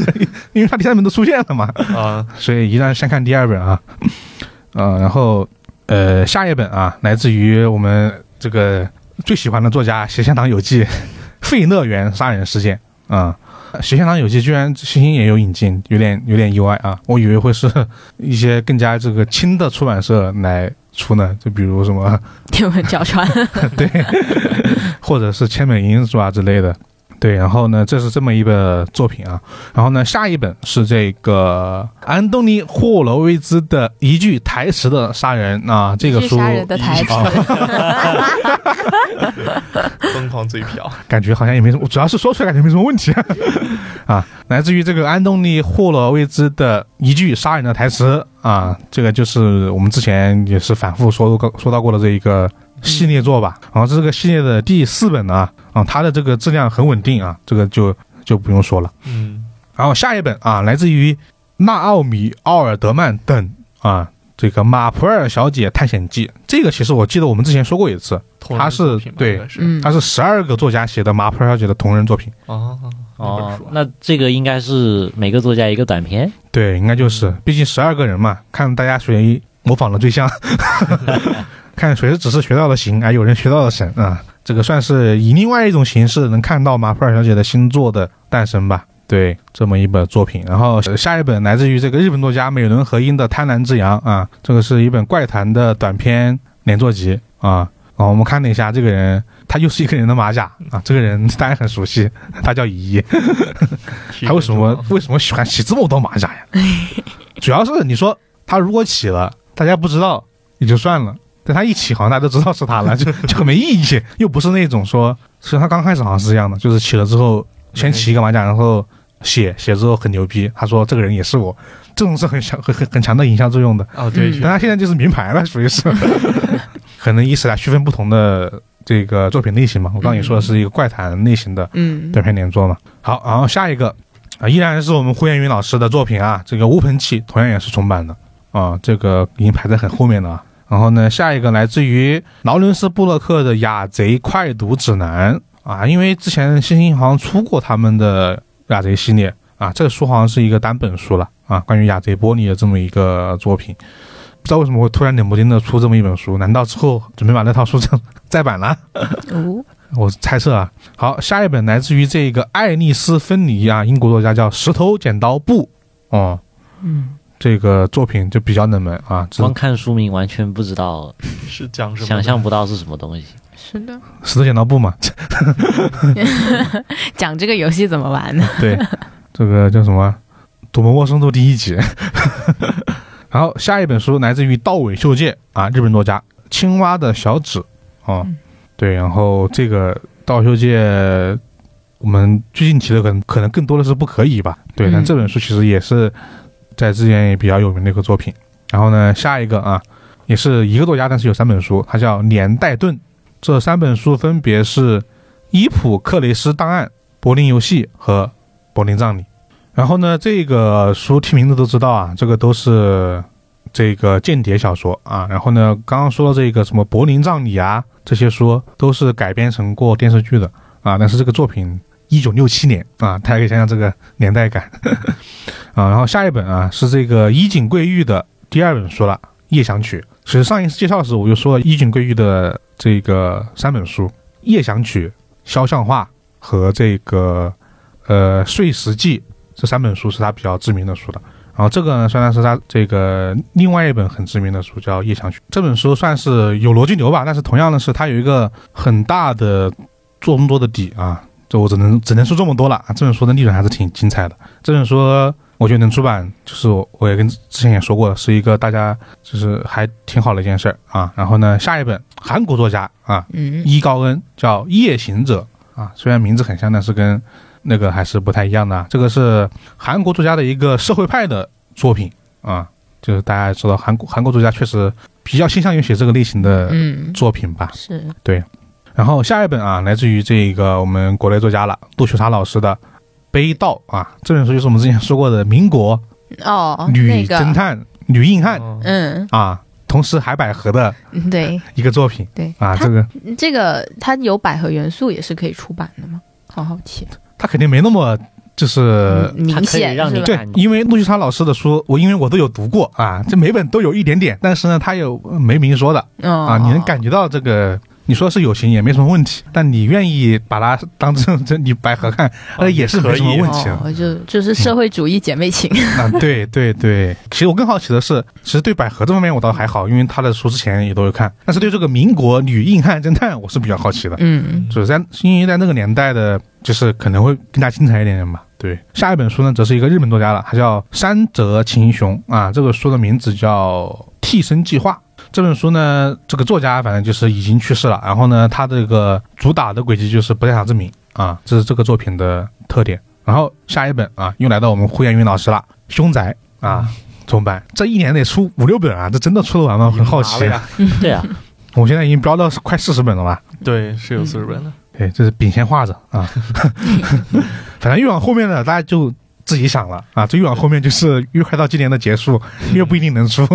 A: 因为他第三本都出现了嘛，
B: 啊，
A: 所以一定要先看第二本啊，呃，然后呃下一本啊，来自于我们这个最喜欢的作家斜线党有纪。 费乐园杀人事件啊。斜线党有机居然星星也有引进，有点有点意外啊！我以为会是一些更加这个轻的出版社来出呢，就比如什么
D: 天文角川，
A: 对，或者是千本樱是吧之类的。对，然后呢，这是这么一个作品啊。然后呢，下一本是这个安东尼·霍罗维兹的一句台词的杀人啊，这个
D: 是
A: 书
D: 杀人的台词。
A: 啊
B: 疯狂嘴瓢，
A: 感觉好像也没什么，主要是说出来感觉没什么问题 啊。来自于这个安东尼·霍洛维兹的一句杀人的台词啊，这个就是我们之前也是反复说过说到过的这一个系列作吧。然后这个系列的第四本呢，啊，它的这个质量很稳定啊，这个就就不用说了。
B: 嗯，
A: 然后下一本啊，来自于纳奥米·奥尔德曼等啊，这个《马普尔小姐探险记》，这个其实我记得我们之前说过一次，
B: 同
A: 他
B: 人
A: 是
B: 作品吧
A: 对
B: 应该是
D: 嗯
A: 它是十二个作家写的《马普尔小姐》的同人作品。
B: 哦，那本
C: 哦
B: 书，啊
C: 那这个应该是每个作家一个短篇，
A: 对，应该就是，毕竟十二个人嘛，看大家谁模仿的最像，看谁只是学到了行，哎，有人学到了神啊、这个算是以另外一种形式能看到马普尔小姐的新作的诞生吧。对，这么一本作品，然后呃下一本来自于这个日本作家美轮和英的《贪婪之羊》啊，这个是一本怪谈的短篇连作集啊。然后我们看了一下这个人，他又是一个人的马甲啊，这个人大家很熟悉，他叫乙一。他为什么？为什么喜欢起这么多马甲呀？主要是你说他如果起了，大家不知道也就算了，但他一起好像大家都知道是他了，就就很没意义。又不是那种说，实际上他刚开始好像是这样的，就是起了之后先起一个马甲，然后写写之后很牛逼，他说这个人也是我，这种是很强很很很强的影像作用的。
B: 哦，对，
D: 嗯
A: 但他现在就是名牌了，属于是，可能以此来区分不同的这个作品类型嘛。我刚刚也说的是一个怪谈类型的，
D: 嗯，
A: 短篇连作嘛。好，然后下一个啊，依然是我们胡彦云老师的作品啊，这个《乌盆记》同样也是重版的啊，这个已经排在很后面了啊。然后呢，下一个来自于劳伦斯·布洛克的《雅贼快读指南》啊，因为之前星星好像出过他们的雅贼系列啊，这个书好像是一个单本书了啊，关于雅贼玻璃的这么一个作品。不知道为什么会突然冷不丁的出这么一本书，难道之后准备把那套书 再再版了？
D: 哦，
A: 我猜测啊。好，下一本来自于这个爱丽丝·芬尼啊，英国作家叫石头剪刀布哦，
D: 嗯，
A: 这个作品就比较冷门啊，只
C: 光看书名完全不知道，
B: 是讲什么的？
C: 想象不到是什 么东西。
D: 是的。
A: 石头剪刀布嘛，
D: 讲这个游戏怎么玩呢？
A: 对，这个叫什么《赌博陌生度》第一集。 然后下一本书来自于道尾秀介啊，日本作家《青蛙的小指》啊，
D: 嗯
A: 对，然后这个道尾秀介，我们最近提的可能可能更多的是不可以吧，对，但
D: 嗯
A: 这本书其实也是在之前也比较有名的一个作品。然后呢，下一个啊，也是一个作家，但是有三本书，它叫《年代盾》，这三本书分别是《伊普克雷斯档案》《柏林游戏》和《柏林葬礼》。然后呢，这个书听名字都知道啊，这个都是这个间谍小说啊。然后呢，刚刚说的这个什么《柏林葬礼》啊，这些书都是改编成过电视剧的啊。但是这个作品一九六七年啊， 大家可以想想这个年代感啊。然后下一本啊是这个伊井贵玉的第二本书了，《夜想曲》。其实上一次介绍的时候我就说了伊井贵玉的这个三本书，《夜想曲》、《肖像画》和这个呃《碎石记》。这三本书是他比较知名的书的。然后这个呢，算是他这个另外一本很知名的书叫《夜想曲》。这本书算是有逻辑流吧，但是同样的是，它有一个很大的做工作的底啊。这我只能只能说这么多了啊。这本书的利润还是挺精彩的。这本书我觉得能出版，就是我我也跟之前也说过了，是一个大家就是还挺好的一件事儿啊。然后呢，下一本韩国作家啊，
D: 嗯，
A: 伊高恩叫《夜行者》啊，虽然名字很像，但是跟那个还是不太一样的啊。这个是韩国作家的一个社会派的作品啊，就是大家知道韩国韩国作家确实比较倾向于写这个类型的
D: 嗯，
A: 作品吧。
D: 是
A: 然后下一本啊，来自于这个我们国内作家了杜秀莎老师的《悲悼》啊，这本书就是我们之前说过的民国
D: 哦，
A: 女
D: 那个，
A: 侦探、女硬汉
B: 哦
D: 嗯，
A: 啊，同时还百合的
D: 嗯对
A: 一个作品
D: 对，
A: 啊，
D: 它
A: 这个
D: 这个它有百合元素也是可以出版的吗？好好奇，啊
A: 他肯定没那么就是
D: 嗯明
C: 它可以
D: 显
C: 让
D: 是
C: 你
D: 吧？
A: 对
C: 看，
A: 因为陆续昌老师的书，我因为我都有读过啊，这每本都有一点点，但是呢，他有呃没明说的
D: 哦
A: 啊，你能感觉到这个你说是友情也没什么问题，但你愿意把它当成这你百合看，那呃也是没什么问题嗯
D: 哦，就就是社会主义姐 妹情，
A: 啊，对对对，其实我更好奇的是，其实对百合这方面我倒还好，因为他的书之前也都有看，但是对这个民国女硬汉侦探，我是比较好奇的，
D: 嗯，
A: 就是在因为在那个年代的，就是可能会更加精彩一点点吧。对，下一本书呢，则是一个日本作家了，他叫山泽晴雄啊，这个书的名字叫《替身计划》。这本书呢，这个作家反正就是已经去世了，然后呢，他这个主打的轨迹就是不在场之谜啊，这是这个作品的特点。然后下一本啊，又来到我们胡彦云老师了，《凶宅》啊，怎么办？这一年得出五六本啊，这真的出得完吗？很好奇
B: 你拿了
A: 啊。
B: 呀。
C: 对啊，
A: 我现在已经飙到快四十本了吧？
B: 对，是有四十本的。
D: 嗯
A: 对，这是饼先画着啊。反正越往后面呢，大家就自己想了啊。这越往后面就是越快到今年的结束，越不一定能出。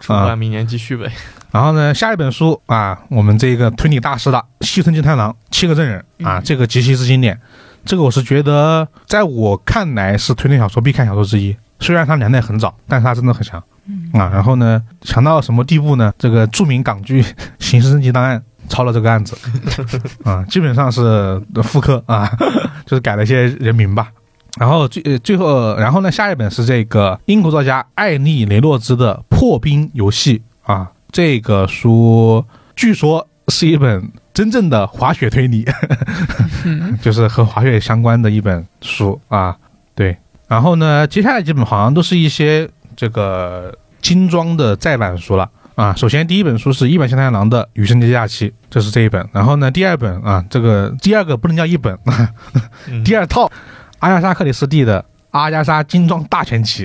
B: 出
A: 啊
B: 版明年继续呗。
A: 然后呢，下一本书啊，我们这个推理大师的《西村金太郎七个证人》啊，
D: 嗯
A: 这个极其之经典。这个我是觉得，在我看来是推理小说必看小说之一。虽然它年代很早，但是它真的很强啊。然后呢，强到什么地步呢？这个著名港剧《刑事侦缉档案》抄了这个案子啊，基本上是复刻啊， 就是改了一些人名吧。然后最呃最后，然后呢，下一本是这个英国作家艾利·雷诺兹的《破冰游戏》啊，这个书据说是一本真正的滑雪推理， 就是和滑雪相关的一本书啊。对，然后呢，接下来几本好像都是一些这个精装的再版书了。啊，首先第一本书是一本香太郎的《羽生结假期》，这是这一本。然后呢，第二本啊，这个第二个不能叫一本，
B: 嗯
A: 第二套阿加莎克里斯蒂的《阿加莎精装大全集》，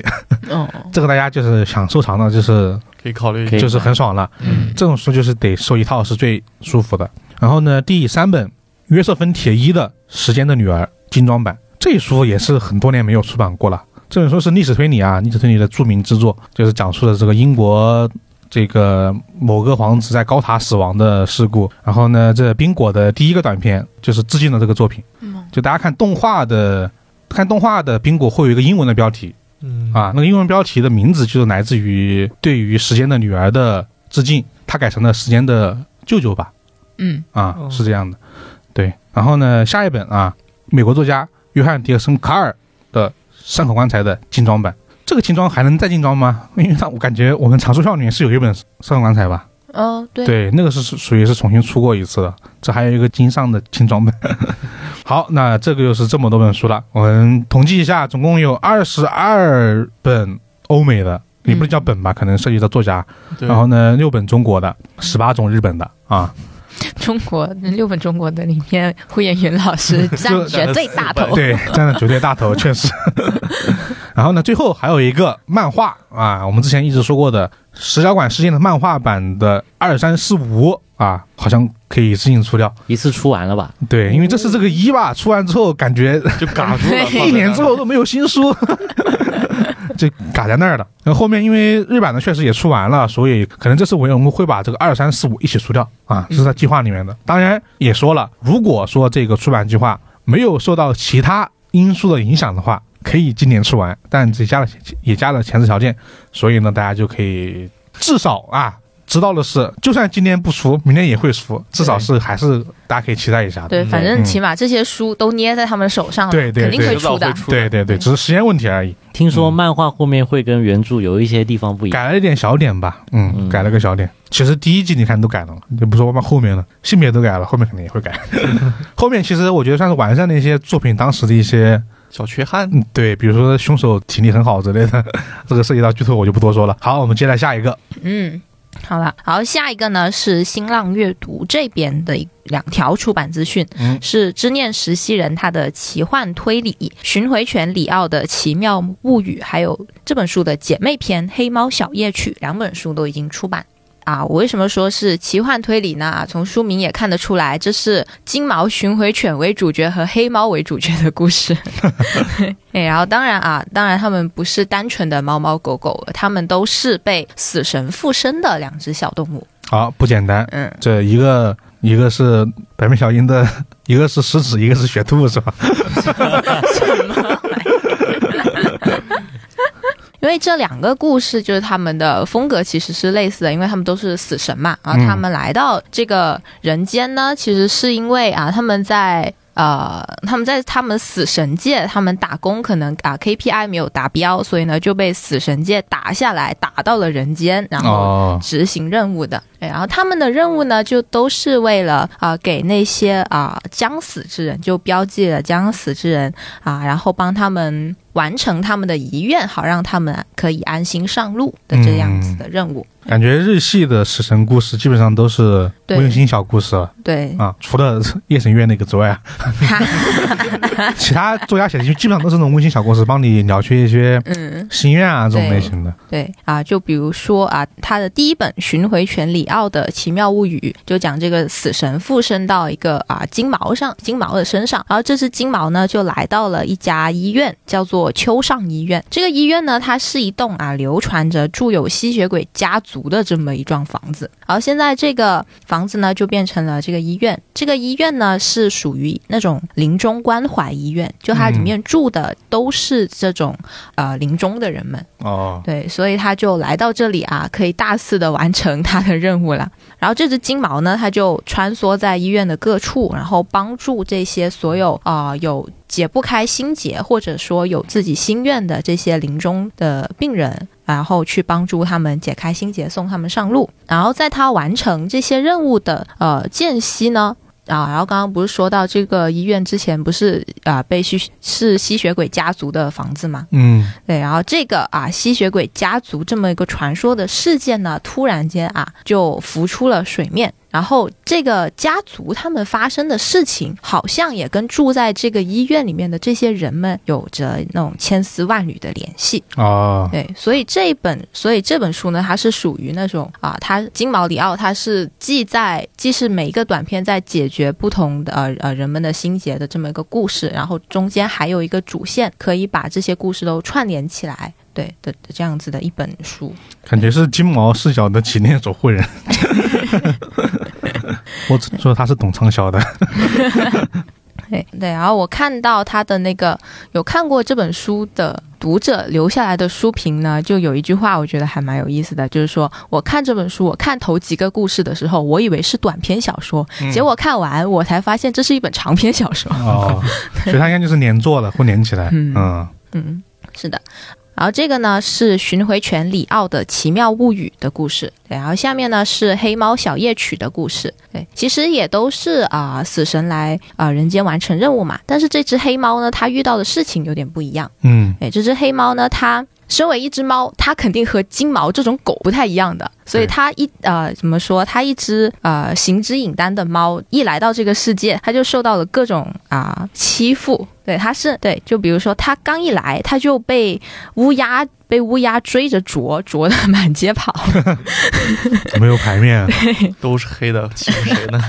D: 哦，
A: 这个大家就是想收藏的，就是
B: 可以考虑
C: 可以
A: 就是很爽了。
B: 嗯
A: 这种书就是得收一套是最舒服的。然后呢，第三本约瑟芬铁一的《时间的女儿》精装版，这书也是很多年没有出版过了。这本书是历史推理啊，历史推理的著名之作，就是讲述了这个英国这个某个皇子在高塔死亡的事故。然后呢，这冰果的第一个短片就是致敬了这个作品。
D: 嗯
A: 就大家看动画的，看动画的冰果会有一个英文的标题
B: 嗯
A: 啊，那个英文标题的名字就是来自于对于《时间的女儿》的致敬，它改成了《时间的舅舅》吧，
D: 嗯
A: 啊，
B: 哦
A: 是这样的，对。然后呢，下一本啊，美国作家约翰·迪尔森·卡尔的《山口棺材》的精装版，这个精装还能再精装吗？因为它我感觉我们藏书校里面是有一本《山口棺材》吧，
D: 哦，对，
A: 对，那个是属属于是重新出过一次的，这还有一个经上的精装本。 好，那这个又是这么多本书了，我们统计一下，总共有二十二本欧美的，也不能叫本吧，可能涉及到作家。
B: 对
A: 然后呢，六本中国的，十八种日本的啊，
D: 中国六本中国的里面，胡彦云 老师占绝
A: 呃
D: 对大头，
A: 对，占了绝对大头，确实。然后呢，最后还有一个漫画啊，我们之前一直说过的《石角馆事件》的漫画版的二三四五啊，好像可以自行出掉。
C: 一次出完了吧？
A: 对，因为这是这个一吧，出完之后感觉
B: 就嘎住了，
D: 对
B: 放在
A: 一年
B: 那
A: 之后都没有新书， 就嘎在那儿了。然后后面因为日版的确实也出完了，所以可能这次我们会把这个二三四五一起出掉啊，这是在计划里面的。当然也说了，如果说这个出版计划没有受到其他因素的影响的话，可以今年出完，但只加了也加了前置条件，所以呢，大家就可以至少啊。知道的是，就算今年不出，明年也会出，至少是还是大家可以期待一下的。
D: 对，
B: 嗯
D: 反正
A: 嗯
D: 起码这些书都捏在他们手上了，
A: 对对
D: 肯定
A: 对
D: 会
B: 迟早
D: 出的
B: 会，出
A: 对
B: 的，
A: 对对，只是时间问题而已。
C: 听说
A: 嗯
C: 漫画后面会跟原著有一些地方不一样，
A: 改了一点小点吧，嗯，
C: 嗯
A: 改了个小点。其实第一季你看都改了嘛，就不说嘛后面了，性别都改了，后面肯定也会 改。后面其实我觉得算是完善了一些作品当时的一些，
B: 小缺憾。
A: 嗯，对，比如说凶手体力很好之类的， 这个涉及到剧透我就不多说了。好，我们接下来下一个，
D: 嗯。好了，好，下一个呢是新浪阅读这边的一两条出版资讯，
A: 嗯
D: 是《知念实习人》他的奇幻推理《巡回犬里奥的奇妙物语》，还有这本书的姐妹篇《黑猫小夜曲》，两本书都已经出版。啊，我为什么说是奇幻推理呢？啊从书名也看得出来，这是金毛巡回犬为主角和黑猫为主角的故事。 哎，然后当然啊，当然他们不是单纯的猫猫狗狗，他们都是被死神附身的两只小动物。
A: 好，不简单，
D: 嗯，
A: 这一个一个是百变小樱的， 一个是食指，一个是雪兔，是吧？
D: 什么玩意儿？ 因为这两个故事就是他们的风格其实是类似的，因为他们都是死神嘛，然后他们来到这个人间呢，其实是因为啊他们在。呃，他们在他们死神界，他们打工可能啊 KPI 没有达标，所以呢就被死神界打下来，打到了人间，然后
A: 哦，
D: 执行任务的。对，然后他们的任务呢，就都是为了啊、给那些啊、将死之人，就标记了将死之人啊、然后帮他们完成他们的遗愿，好让他们可以安心上路的这样子的任务。
A: 感觉日系的死神故事基本上都是
D: 对
A: 温馨小故事了
D: 对，
A: 啊，除了夜神月那个之外， 啊，其他作家写的就基本上都是那种温馨小故事，帮你了却一些
D: 嗯，
A: 心愿啊这种
D: 对
A: 类型的。
D: 对啊、就比如说啊、他的第一本《巡回权啊里奥的奇妙物语》，就讲这个死神附身到一个啊、金毛上，金毛的身上，然后啊这只金毛呢就来到了一家医院，叫做丘上医院。这个医院呢，它是一栋啊流传着住有吸血鬼家族的这么一幢房子，然后现在这个房子呢就变成了这个医院。这个医院呢是属于那种临终关怀医院，就它里
A: 嗯
D: 面住的都是这种、呃临终的人们。
A: 哦，
D: 对，所以他就来到这里啊，可以大肆的完成他的任务了。 然后这只金毛呢，它就穿梭在医院的各处，然后帮助这些所有啊、呃有解不开心结或者说有自己心愿的这些临终的病人，然后去帮助他们解开心结，送他们上路。然后在他完成这些任务的呃间隙呢。啊，然后刚刚不是说到这个医院之前不是啊、呃被吸是吸血鬼家族的房子吗？
A: 嗯，
D: 对，然后这个啊吸血鬼家族这么一个传说的事件呢，突然间啊就浮出了水面。然后这个家族他们发生的事情，好像也跟住在这个医院里面的这些人们有着那种千丝万缕的联系。
A: 哦，
D: 对，所以这一本，所以这本书呢，它是属于那种啊，它金毛里奥，它是既在既是每一个短片在解决不同的呃呃人们的心结的这么一个故事，然后中间还有一个主线，可以把这些故事都串联起来。对的，的这样子的一本书，
A: 感觉是金毛视角的纪念守护人。 我只说他是董畅销的，
D: 对对。然后我看到他的那个有看过这本书的读者留下来的书评呢，就有一句话，我觉得还蛮有意思的，就是说我看这本书，我看头几个故事的时候，我以为是短篇小说，结果看完我才发现这是一本长篇小说。
A: 哦，所以他应该就是连坐的，会连起来。
D: 嗯
A: 嗯，
D: 嗯， 是的。然后这个呢是《巡回犬里奥的奇妙物语》的故事，对。然后下面呢是《黑猫小夜曲》的故事，对。其实也都是啊、死神来啊、人间完成任务嘛。但是这只黑猫呢，它遇到的事情有点不一样。
A: 嗯，
D: 哎，这只黑猫呢，它身为一只猫，它肯定和金毛这种狗不太一样的，所以
A: 对
D: 它一呃怎么说，它一只呃行之隐单的猫，一来到这个世界，它就受到了各种啊、欺负。对，它是对，就比如说它刚一来，它就被乌鸦被乌鸦追着啄，啄的 满街跑。
A: 没有牌面，
B: 都是黑的，欺负谁呢？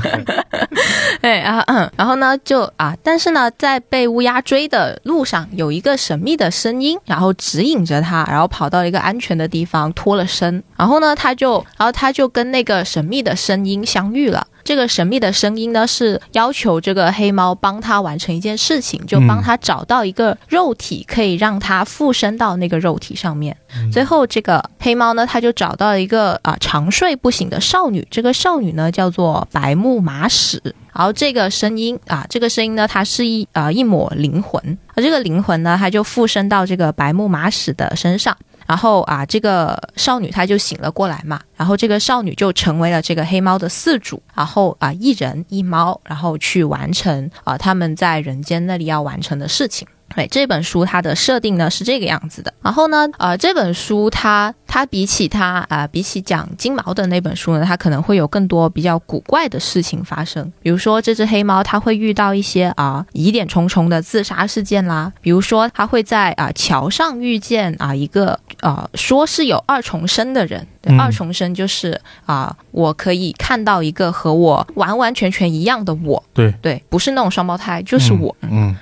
D: 对啊，嗯，然后呢，就啊，但是呢，在被乌鸦追的路上，有一个神秘的声音，然后指引着他，然后跑到一个安全的地方脱了身，然后呢，他就，然后他就跟那个神秘的声音相遇了。这个神秘的声音呢，是要求这个黑猫帮他完成一件事情，就帮他找到一个肉体，可以让他附身到那个肉体上面。
B: 嗯
D: 最后，这个黑猫呢，它就找到一个啊、长睡不醒的少女，这个少女呢叫做白木马史。然后这个声音啊，这个声音呢，它是一啊、一抹灵魂，而这个灵魂呢，它就附身到这个白木马史的身上。然后啊，这个少女她就醒了过来嘛，然后这个少女就成为了这个黑猫的饲主，然后啊，一人一猫，然后去完成啊他们在人间那里要完成的事情。对哎这本书，它的设定呢是这个样子的。然后呢，呃，这本书它它比起它啊、呃比起讲金毛的那本书呢，它可能会有更多比较古怪的事情发生。比如说，这只黑猫它会遇到一些啊、疑点重重的自杀事件啦，比如说它会在啊、桥上遇见啊、一个呃说是有二重生的人。对，
A: 嗯
D: 二重生就是啊、我可以看到一个和我完完全全一样的我，
A: 对
D: 对，不是那种双胞胎，就是我。
A: 嗯，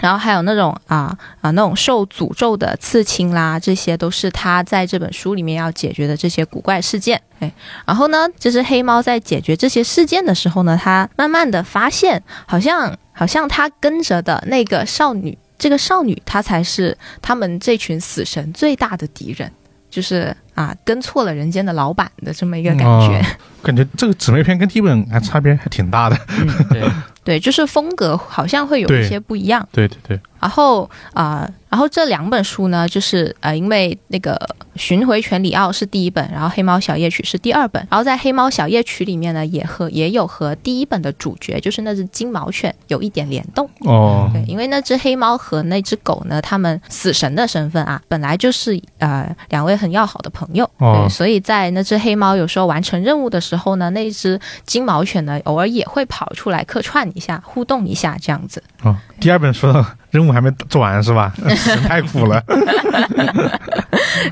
D: 然后还有那种啊啊那种受诅咒的刺青啦，这些都是他在这本书里面要解决的这些古怪事件。哎，然后呢，这只黑猫在解决这些事件的时候呢，它慢慢的发现，好像好像它跟着的那个少女。这个少女她才是他们这群死神最大的敌人，就是啊跟错了人间的老板的这么一个感觉。
A: 哦感觉这个姊妹篇跟第一本还差别还挺大的。
C: 嗯对，
D: 对，就是风格好像会有
A: 对
D: 一些不一样。
A: 对对对，
D: 然后啊、呃然后这两本书呢，就是呃，因为那个《巡回全里奥》是第一本，然后《黑猫小夜曲》是第二本。然后在《黑猫小夜曲》里面呢，也和也有和第一本的主角，就是那只金毛犬有一点联动。
A: 哦，
D: 对，因为那只黑猫和那只狗呢，他们死神的身份啊，本来就是呃两位很要好的朋友，
A: 哦
D: 对，所以在那只黑猫有时候完成任务的时候呢，那只金毛犬呢，偶尔也会跑出来客串一下，互动一下这样子。
A: 哦，第二本说到任务还没做完是 吧？死得太苦了。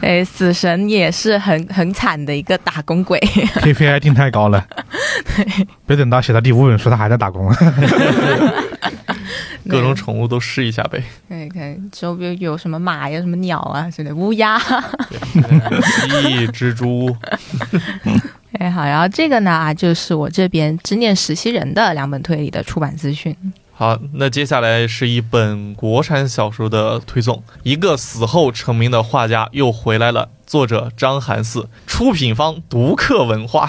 D: 哎，死神也是很很惨的一个打工鬼，
A: KPI 定太高了，别等到写到第五本书，他还在打工。
B: 嗯各种宠物都试一下呗。
D: 对对，就比如有什么马呀、什么鸟啊之类，乌鸦。
B: 对 蜥蜴、蜘蛛，
D: 哎，好，然后这个呢啊，就是我这边《执念实习人》的两本推理的出版资讯。
B: 好，那接下来是一本国产小说的推送，一个死后成名的画家又回来了。作者张涵嗣，出品方独克文化，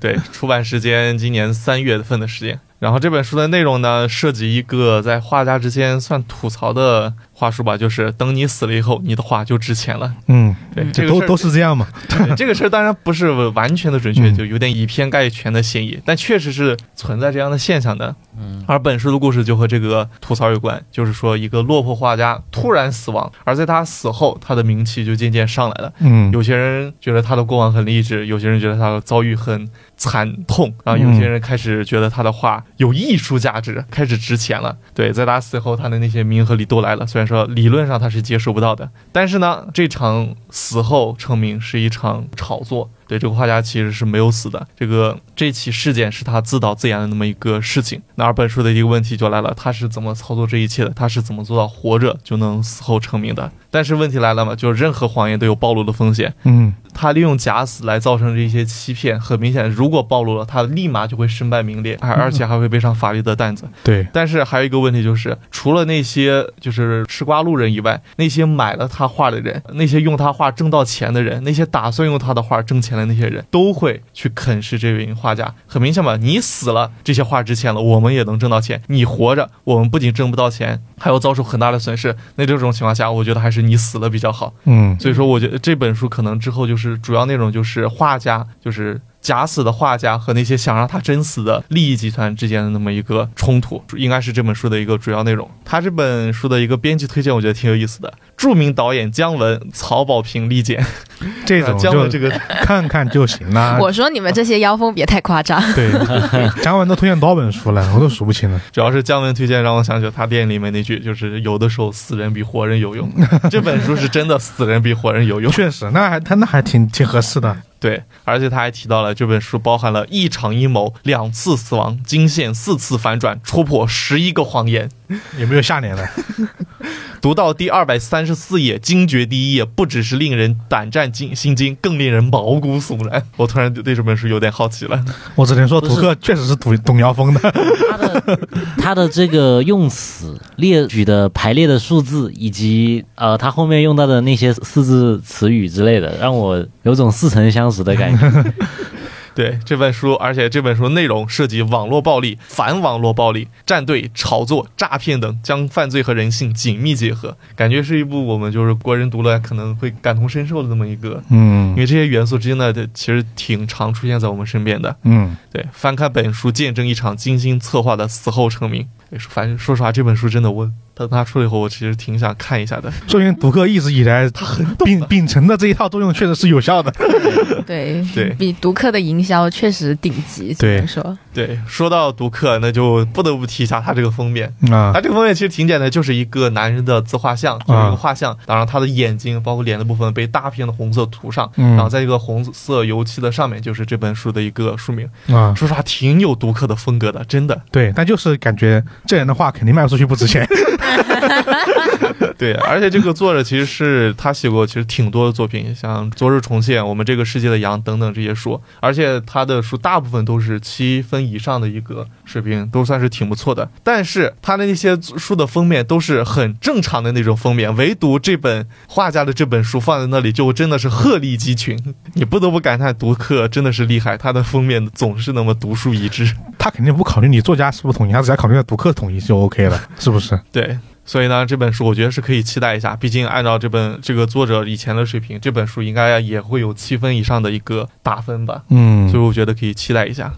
B: 对，出版时间今年三月份的时间。然后这本书的内容呢，涉及一个在画家之间算吐槽的话术吧，就是等你死了以后，你的画就值钱了。
A: 嗯，
B: 对，
D: 嗯
B: 这
A: 这
B: 个
A: 都
B: 事儿
A: 都是这样嘛。
B: 对这个事儿当然不是完全的准确，
A: 嗯
B: 就有点以偏概全的嫌疑，但确实是存在这样的现象的。嗯，而本书的故事就和这个吐槽有关，就是说一个落魄画家突然死亡，而在他死后，他的名气就渐渐上来了。
A: 嗯，
B: 有些人觉得他的过往很励志，有些人觉得他的遭遇很惨痛，然后有些人开始觉得他的画有艺术价值，开始值钱了。对，在他死后，他的那些名和利都来了。虽然说理论上他是接受不到的，但是呢，这场死后成名是一场炒作。对，这个画家其实是没有死的。这个这起事件是他自导自演的那么一个事情。那而本书的一个问题就来了，他是怎么操作这一切的？他是怎么做到活着就能死后成名的？但是问题来了嘛，就是任何谎言都有暴露的风险。
A: 嗯
B: 他利用假死来造成这些欺骗，很明显，如果暴露了，他立马就会身败名裂，而而且还会背上法律的担子。
A: 对，
B: 但是还有一个问题就是，除了那些就是吃瓜路人以外，那些买了他画的人，那些用他画挣到钱的人，那些打算用他的画挣钱的那些人，都会去啃食这名画家。很明显嘛，你死了，这些画值钱了，我们也能挣到钱；你活着，我们不仅挣不到钱，还要遭受很大的损失。那这种情况下，我觉得还是你死了比较好。
A: 嗯
B: 所以说，我觉得这本书可能之后就是主要内容就是画家，就是假死的画家和那些想让他真死的利益集团之间的那么一个冲突，应该是这本书的一个主要内容。他这本书的一个编辑推荐，我觉得挺有意思的。著名导演姜文、曹保平、李健，
A: 这种
B: 姜文
A: 就
B: 这 个
A: 看看就行了。
D: 我说你们这些妖风别太夸张。
A: 对，讲完都推荐多少本书了，我都数不清了。
B: 主要是姜文推荐，让我想起了他电影里面那句，就是有的时候死人比活人有用。这本书是真的死人比活人有用。
A: 确实，那还他那还挺挺合适的。
B: 对，而且他还提到了这本书包含了一场阴谋、两次死亡、惊现四次反转、戳破十一个谎言。
A: 有没有下联了？
B: 读到第二百三十四页，惊觉第一页不只是令人胆战惊心惊，更令人毛骨悚然。我突然对对这本书有点好奇了。
A: 我只能说，
C: 不是
A: 图克确实是懂懂妖风的。
C: 他的 他的这个用词列举的排列的数字，以及呃他后面用到的那些四字词语之类的，让我有种似曾相识的感 觉。
B: 对这本书，而且这本书内容涉及网络暴力、反网络暴力、战队、炒作、诈骗等，将犯罪和人性紧密结合，感觉是一部我们就是国人读了可能会感同身受的这么一个因
A: 嗯
B: 为这些元素之间呢，这其实挺常出现在我们身边的。
A: 嗯，
B: 对，翻看本书，见证一场精心策划的死后成名。对反正说实话，这本书真的我。等它出了以后，我其实挺想看一下的。
A: 说明图克一直以来他很秉秉承的这一套作用确实是有效的。
D: 对
B: 对
D: 比独克的营销确实顶级，只
A: 对
D: 能说
B: 对，说到读客，那就不得不提一下它这个封面。
A: 啊
B: 它，这个封面其实挺简单，就是一个男人的自画像，就是一个画像，当然他的眼睛包括脸的部分被大片的红色涂上，
A: 嗯
B: 然后在一个红色油漆的上面就是这本书的一个书名。
A: 啊，
B: 说实话，挺有读客的风格的，真的。
A: 对，但就是感觉这人的话肯定卖不出去，不值钱。
B: 对，而且这个作者其实是他写过，其实挺多的作品，像《昨日重现》《我们这个世界的羊》等等这些书，而且他的书大部分都是七分以上的一个水平，都算是挺不错的。但是他的那些书的封面都是很正常的那种封面，唯独这本画家的这本书放在那里，就真的是鹤立鸡群，你不得不感叹读客真的是厉害，他的封面总是那么独树一帜。
A: 他肯定不考虑你作家是不是统一，他只要考虑读客统一就 OK 了，是不是？
B: 对，所以呢，这本书我觉得是可以期待一下。毕竟按照这本这个作者以前的水平，这本书应该也会有七分以上的一个打分吧。
A: 嗯
B: 所以我觉得可以期待一下。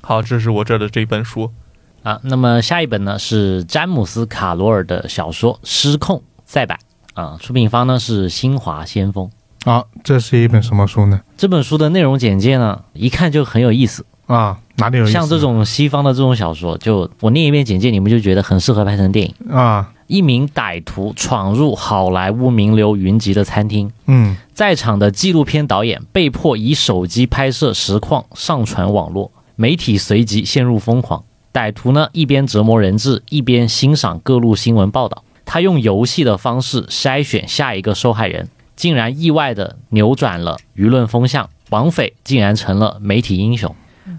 B: 好，这是我这儿的这本书。
C: 啊，那么下一本呢是詹姆斯·卡罗尔的小说《失控》再版啊，出品方呢是新华先锋。
A: 啊，这是一本什么书呢？
C: 这本书的内容简介呢，一看就很有意思。
A: 啊，哪里有意思
C: 像这种西方的这种小说，就我念一遍简介，你们就觉得很适合拍成电影。
A: 啊？
C: 一名歹徒闯入好莱坞名流云集的餐厅，
A: 嗯
C: 在场的纪录片导演被迫以手机拍摄实况上传网络，媒体随即陷入疯狂。歹徒呢，一边折磨人质，一边欣赏各路新闻报道。他用游戏的方式筛选下一个受害人，竟然意外的扭转了舆论风向，绑匪竟然成了媒体英雄，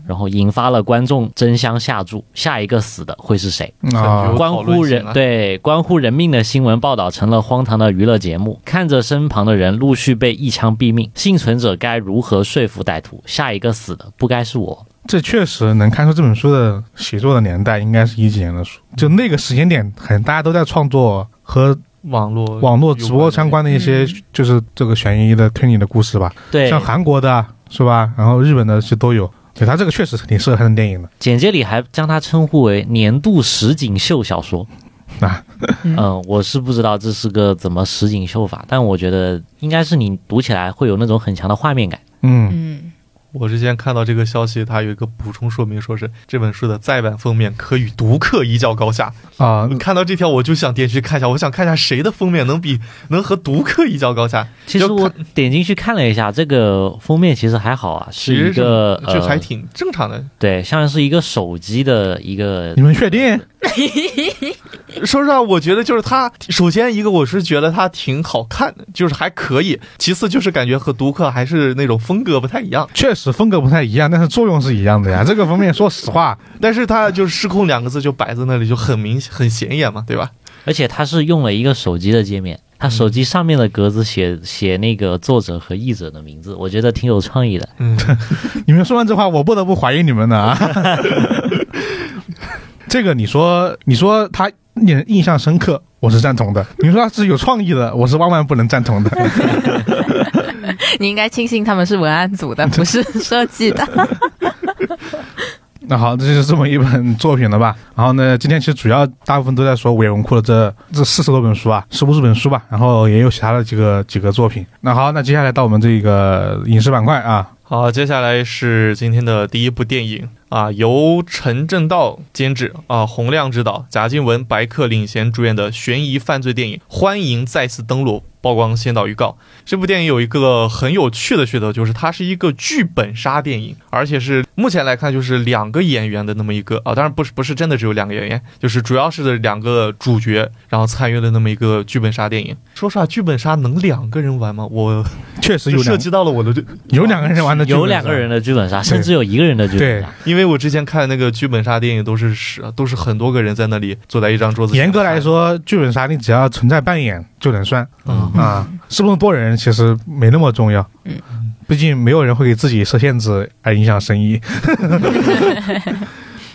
C: 然后引发了观众争相下注，下一个死的会是谁？
A: 啊
B: 有
C: 关
B: 讨论
C: 乎
B: 性
C: 人
B: 啊
C: 对关乎人命的新闻报道成了荒唐的娱乐节目，看着身旁的人陆续被一枪毙命，幸存者该如何说服歹徒下一个死的不该是我？
A: 这确实能看出这本书的写作的年代应该是一几年的书，就那个时间点，很大家都在创作和
B: 网络
A: 网络直播相关的一些，就是这个悬疑的推理的故事吧，
C: 嗯对，
A: 像韩国的是吧，然后日本的就都有。对他这个确实挺适合拍成电影的
C: 简介里还将它称呼为年度实景秀小说。
A: 啊，
D: 嗯
C: 嗯，我是不知道这是个怎么实景秀法，但我觉得应该是你读起来会有那种很强的画面感。
A: 嗯，
D: 嗯，
B: 我之前看到这个消息，它有一个补充说明，说是这本书的再版封面可与读客一较高下。
C: 嗯
A: 啊，
B: 看到这条，我就想点去看一下，我想看一下谁的封面能比能和读客一较高下。
C: 其实
B: 就
C: 我
B: 看
C: 点进去看了一下，这个封面其实还好啊，
B: 其
C: 是
B: 实
C: 一个
B: 这还
C: 呃
B: 挺正常的。
C: 对，像是一个手机的一个
A: 你们确定？
B: 说实话，我觉得就是它，首先一个我是觉得它挺好看的，就是还可以；其次就是感觉和读客还是那种风格不太一样。
A: 确实风格不太一样，但是作用是一样的呀。这个方面，说实话，
B: 但是它就是“失控”两个字就摆在那里，就很明显、很显眼嘛，对吧？
C: 而且它是用了一个手机的界面，它手机上面的格子写写那个作者和译者的名字，我觉得挺有创意的。
B: 嗯，
A: 你们说完这话，我不得不怀疑你们了啊。这个你说，你说他令人印象深刻，我是赞同的；你说他是有创意的，我是万万不能赞同的。
D: 你应该庆幸他们是文案组的，不是设计的。
A: 那好，这就是这么一本作品了吧？然后呢，今天其实主要大部分都在说韦文库的这这四十多本书啊，十五十本书吧，然后也有其他的几个几个作品。那好，那接下来到我们这个影视板块啊，
B: 好，接下来是今天的第一部电影啊，由陈正道监制啊，洪亮执导，贾静雯、白客领衔主演的悬疑犯罪电影《欢迎再次登陆》曝光先导预告。这部电影有一个很有趣的噱头，就是它是一个剧本杀电影，而且是目前来看就是两个演员的那么一个啊，当然不是不是真的只有两个演员，就是主要是两个主角，然后参与了那么一个剧本杀电影。说实话，剧本杀能两个人玩吗？我
A: 确实
B: 就
A: 有
B: 涉
A: 两
B: 及到了我 的这
A: 有两个人玩的剧本
C: 有
A: 杀
C: 两个人的剧本杀，甚至有一个人的剧本杀。
B: 因为我之前看那个剧本杀电影，都是十，都是很多个人在那里坐在一张桌子。
A: 严格来，说，剧本杀你只要存在扮演就能算
B: 嗯，
A: 啊，是不是多人其实没那么重要。
D: 嗯，
A: 毕竟没有人会给自己设限制而影响生意。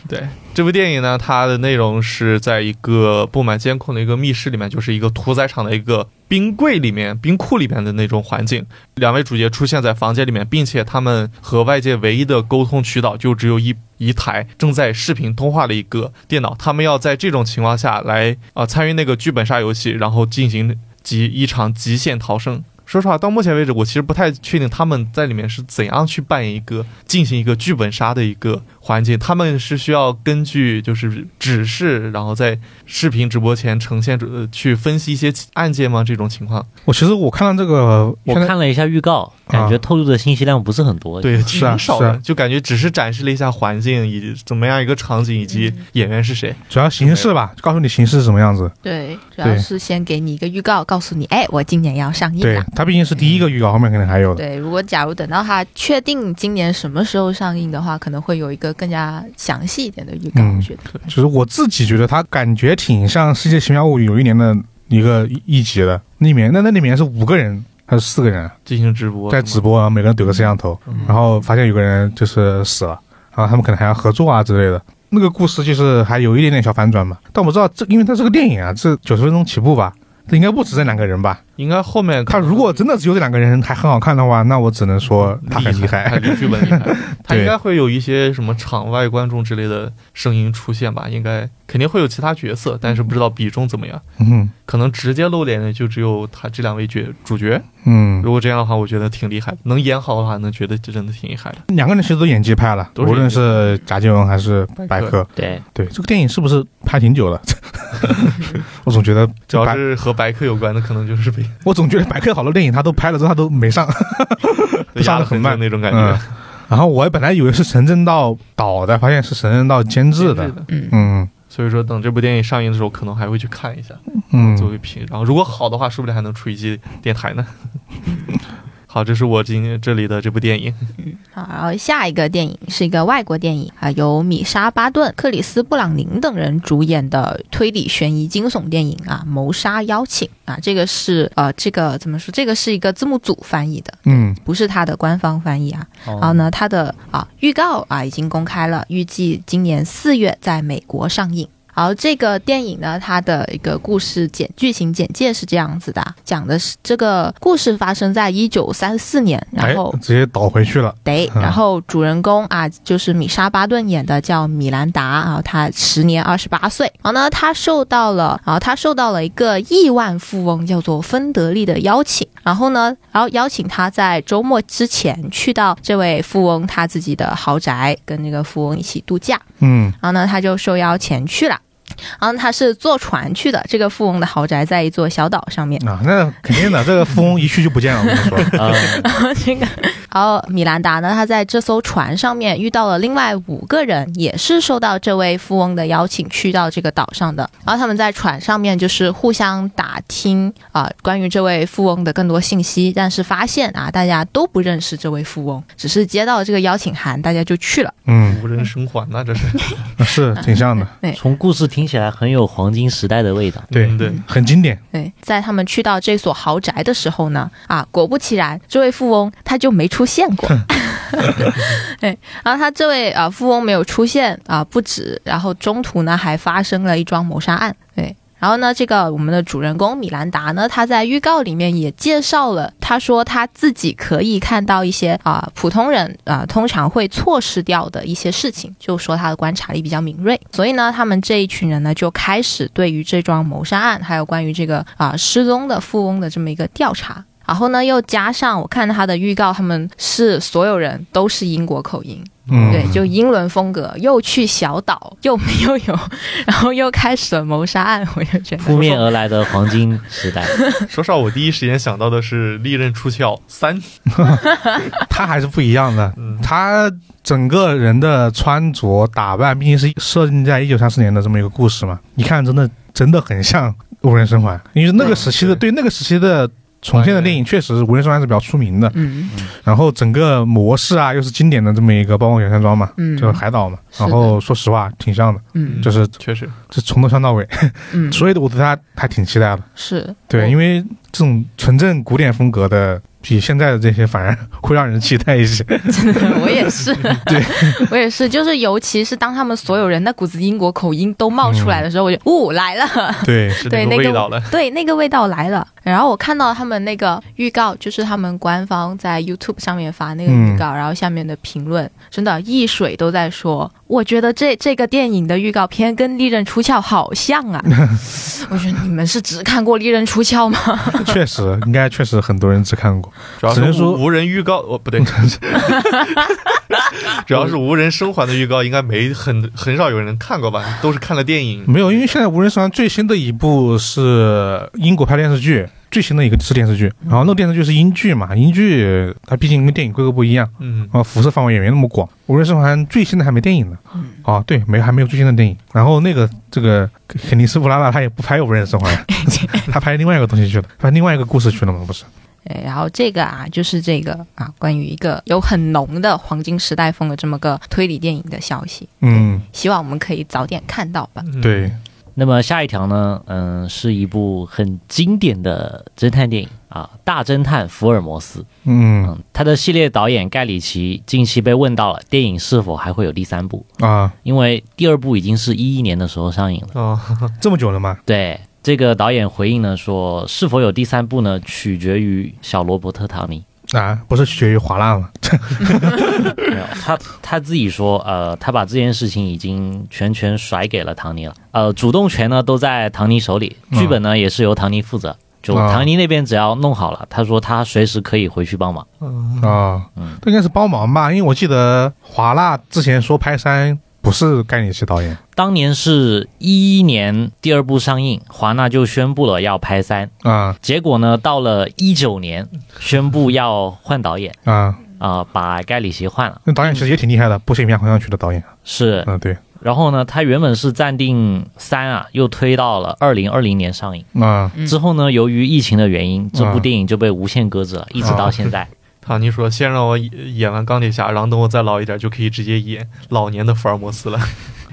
B: 对。这部电影呢，它的内容是在一个布满监控的一个密室里面，就是一个屠宰场的一个冰柜里面、冰库里面的那种环境。两位主角出现在房间里面，并且他们和外界唯一的沟通渠道就只有一一台正在视频通话的一个电脑。他们要在这种情况下来啊、呃参与那个剧本杀游戏，然后进行极一场极限逃生。说实话，到目前为止，我其实不太确定他们在里面是怎样去扮演一个进行一个剧本杀的一个环节。他们是需要根据就是指示，然后在视频直播前呈现出、呃去分析一些案件吗？这种情况，
A: 我其实我看到这个，
C: 我
A: 看到
C: 看了一下预告，感觉透露的信息量不是很多。
B: 对，
A: 是啊
B: 挺少
A: 是啊
B: 的，就感觉只是展示了一下环境以及怎么样一个场景以及演员是谁。
A: 主要形式吧，就告诉你形式是什么样子。
D: 对，主要是先给你一个预告，告诉你，哎，我今年要上映
A: 对
D: 了。，
A: 它毕竟是第一个预告，后面肯定还有的。
D: 对，如果假如等到它确定今年什么时候上映的话，可能会有一个更加详细一点的预告。
A: 嗯
D: 我觉得，
A: 就是我自己觉得它感觉挺像《世界奇妙物语》有一年的一个一一集的，那面那那里面是五个人还是四个人啊
B: 进行直播，
A: 在直播，然后每个人怼个摄像头，
B: 嗯
A: 然后发现有个人就是死了，然后他们可能还要合作啊之类的。那个故事就是还有一点点小反转嘛，但我不知道这，因为它是个电影啊，这九十分钟起步吧，这应该不止这两个人吧？
B: 应该后面可
A: 他
B: 能
A: 如果真的只有这两个人还很好看的话，那我只能说他很厉害。
B: 他离 剧本厉害，他
A: 对
B: 应该会有一些什么场外观众之类的声音出现吧？应该肯定会有其他角色，但是不知道比重怎么样。
A: 嗯
B: 可能直接露脸的就只有他这两位角主角。
A: 嗯，
B: 如果这样的话，我觉得挺厉害的，能演好的话，能觉得真的挺厉害的。
A: 两个人其实都演技派了，
B: 嗯都是
A: 无论是贾静雯还是白
B: 白
A: 客
B: 客，
C: 对，
A: 对，这个电影是不是拍挺久了？ 我总觉得
B: 只要
A: 白，
B: 是和白客有关的，可能就 是被
A: 我总觉得白客好多电影他都拍了之后他都没上，
B: 压得
A: 很
B: 很
A: 慢
B: 重那种感觉。
A: 嗯然后我本来以为是陈正道导的，发现是陈正道监制 的。
D: 嗯，
A: 嗯
B: 所以说，等这部电影上映的时候，可能还会去看一下哦作
A: 嗯，
B: 为评。然后，如果好的话，说不定还能出一期电台 呢。好，这是我今天这里的这部电影。
D: 好，然后下一个电影是一个外国电影啊、由米莎·巴顿、克里斯·布朗宁等人主演的推理悬疑惊悚电影啊，《谋杀邀请》啊，这个是呃，这个怎么说？这个是一个字幕组翻译的，
A: 嗯
D: 不是它的官方翻译啊。然后
C: 哦，
D: 呢，它的啊预告啊已经公开了，预计今年四月在美国上映。然后这个电影呢，它的一个故事简剧情简介是这样子的啊，讲的是这个故事发生在一九三四年，然后
A: 哎、直接倒回去了。
D: 得，
A: 嗯
D: 然后主人公啊，就是米莎·巴顿演的，叫米兰达啊，她时年二十八岁。然后呢，她受到了，然后她受到了一个亿万富翁叫做芬德利的邀请，然后呢，然后邀请她在周末之前去到这位富翁他自己的豪宅，跟那个富翁一起度假。
A: 嗯
D: 然后呢，他就受邀前去了。然后他是坐船去的，这个富翁的豪宅在一座小岛上面。
A: 啊，那肯定的，这个富翁一去就不见了。我跟你说，
C: 呃
D: 这个，然后米兰达呢，他在这艘船上面遇到了另外五个人，也是受到这位富翁的邀请去到这个岛上的。然后他们在船上面就是互相打听啊、关于这位富翁的更多信息，但是发现啊，大家都不认识这位富翁，只是接到这个邀请函，大家就去了。
A: 嗯，
B: 无人生还呐、这是
A: 是挺像的，
C: 从故事听起来很有黄金时代的味道。
A: 对
B: 嗯对，
A: 很经典。
D: 对，在他们去到这所豪宅的时候呢，啊，果不其然，这位富翁他就没出现过。对，然后他这位啊富翁没有出现啊，不止，然后中途呢还发生了一桩谋杀案。对。然后呢，这个我们的主人公米兰达呢，他在预告里面也介绍了，他说他自己可以看到一些啊、普通人啊、通常会错失掉的一些事情，就说他的观察力比较敏锐。所以呢，他们这一群人呢就开始对于这桩谋杀案，还有关于这个啊、失踪的富翁的这么一个调查。然后呢，又加上我看他的预告，他们是所有人都是英国口音，
A: 嗯，
D: 对，就英伦风格，又去小岛，又没有有，然后又开始了谋杀案，我就觉得
C: 扑面而来的黄金时代，
B: 说实话，我第一时间想到的是《利刃出鞘三》。
A: 他还是不一样的。
B: 嗯，
A: 他整个人的穿着打扮，毕竟是设定在一九三四年的这么一个故事嘛，你看真的真的很像《无人生还》，因为那个时期的对那个时期的重现的电影，确实《无人生还》是比较出名的。
D: 嗯
A: 然后整个模式啊，又是经典的这么一个包括原山庄嘛，
D: 嗯
A: 就是海岛嘛。
D: 是的
A: 然后说实话，挺像的，
D: 嗯
A: 就是
B: 确实，
A: 这从头像到尾，
D: 嗯，哦
A: 所以我对他还挺期待的。
D: 是
A: 对，
D: 为
A: 因为这种纯正古典风格的，比现在的这些反而会让人期待一 些。
D: 我也是，
A: 对，
D: 我也是，就是尤其是当他们所有人那股子英国口音都冒出来的时候，我就呜、来了。
A: 对，
B: 是
D: 对
B: 那
D: 那
B: 个
D: 个
B: 味道了。
D: 对，那个味道来了。然后我看到他们那个预告，就是他们官方在 YouTube 上面发那个预
A: 嗯
D: 告，然后下面的评论真的，一水都在说，我觉得这这个电影的预告片跟《利刃出鞘》好像 啊。我觉得你们是只看过《利刃出鞘》吗？
A: 确实，应该确实很多人只看过。
B: 主要
A: 只能
B: 是
A: 说
B: 无无人预告，哦不对， 主要是无人生还的预告，应该没很很少有人看过吧？都是看了电影。
A: 没有，因为现在无人生还最新的一部是英国拍电视剧，最新的一个是电视剧，然后那个电视剧是英剧嘛，英剧它毕竟跟电影规格不一样，
B: 嗯，
A: 啊，辐射范围也没那么广。无人生还最新的还没电影呢，哦，对，没还没有最新的电影。然后那个这个肯定是布拉拉他也不拍无人生还，他拍另外一个东西去了，拍另外一个故事去了嘛，不是？
D: 对，然后这个啊，就是这个啊，关于一个有很浓的黄金时代风的这么个推理电影的消息，
A: 嗯，
D: 希望我们可以早点看到吧。
B: 嗯，
A: 对，
C: 那么下一条呢，嗯，是一部很经典的侦探电影啊，《大侦探福尔摩斯》。
A: 嗯
C: 嗯，他的系列导演盖里奇近期被问到了电影是否还会有第三部，
A: 啊，
C: 因为第二部已经是一一年的时候上映
A: 嗯
C: 了。
B: 哦，
A: 这么久了嘛，
C: 对这个导演回应呢说，是否有第三部呢，取决于小罗伯特·唐 尼。
A: 啊，不是取决于华纳嘛？
C: 没有，他他自己说，呃，他把这件事情已经全权甩给了唐尼了，呃，主动权呢都在唐尼手里，
A: 嗯
C: 剧本呢也是由唐尼负责，就
A: 啊
C: 唐尼那边只要弄好了，他说他随时可以回去帮忙。
A: 啊，这应该是帮忙吧，因为我记得华纳之前说拍三不是盖里奇导演
C: 当年是一一年第二部上映，华纳就宣布了要拍三，
A: 啊
C: 结果呢，到了一九年宣布要换导演
A: 啊，
C: 啊、把盖里奇换了，
A: 那导演其实也挺厉害的，不是一面混上去的导演，
C: 是，
A: 嗯，对，
C: 然后呢，他原本是暂定三啊，又推到了二零二零年上映。
A: 啊
D: 嗯
C: 之后呢，由于疫情的原因，这部
A: 啊
C: 电影就被无限搁置了，一直到现在。
B: 唐尼说：“先让我演演完钢铁侠，然后等我再老一点就可以直接演老年的福尔 摩斯了。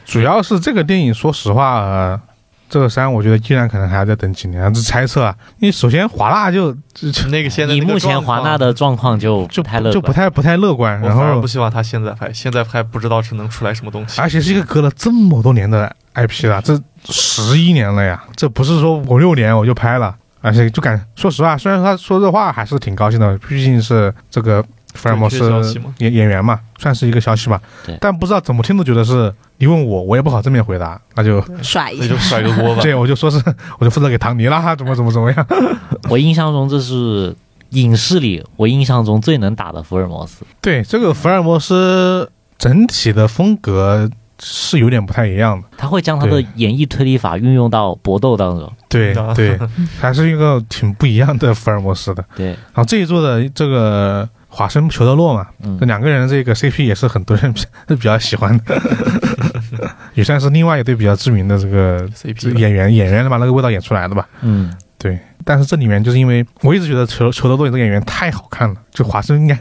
A: 主要是这个电影，说实话，呃、这个三我觉得依然可能还要再等几年，这猜测啊，因为首先华纳就就就
B: 那个现在
C: 以
B: 那个
C: 目前
B: 状
C: 华
B: 况
C: 纳的状况就不
A: 就
C: 太乐
A: 就不
C: 观。
A: 太不太乐观，
B: 我
A: 然
B: 反而
A: 后哎
B: 不希望他现在拍，现在拍不知道是能出来什么东西。
A: 而且是一个隔了这么多年的 IP 了，这十一年了呀，这不是说五六年我就拍了，而且就感说实话，虽然说他说这话还是挺高兴的，毕竟是这个福尔摩斯
B: 正确消息嘛
A: 演演员嘛，算是一个消息吧
C: 对。
A: 但不知道怎么听都觉得是你问我，我也不好正面回答，那嗯就
D: 甩一
B: 那
D: 下
B: 就，甩个锅吧。
A: 对我就说是我就负责给唐尼啦，怎么怎么怎么样。
C: 我印象中，这是影视里我印象中最能打的福尔摩斯。
A: 对，这个福尔摩斯整体的风格是有点不太一样的。
C: 他会将他的
A: 对
C: 演绎推理法运用到搏斗当中。
A: 对
B: 的
A: 对，还是一个挺不一样的福尔摩斯的。
C: 对，
A: 然后这一座的这个华生裘德洛嘛，
C: 嗯
A: 这，两个人的这个 CP 也是很多人比是比较喜欢的，也算是另外一对比较知名的这个这
B: CP
A: 演员演员把那个味道演出来的吧。
C: 嗯，
A: 对，但是这里面就是因为我一直觉得裘裘德洛这个演员太好看了，就华生应该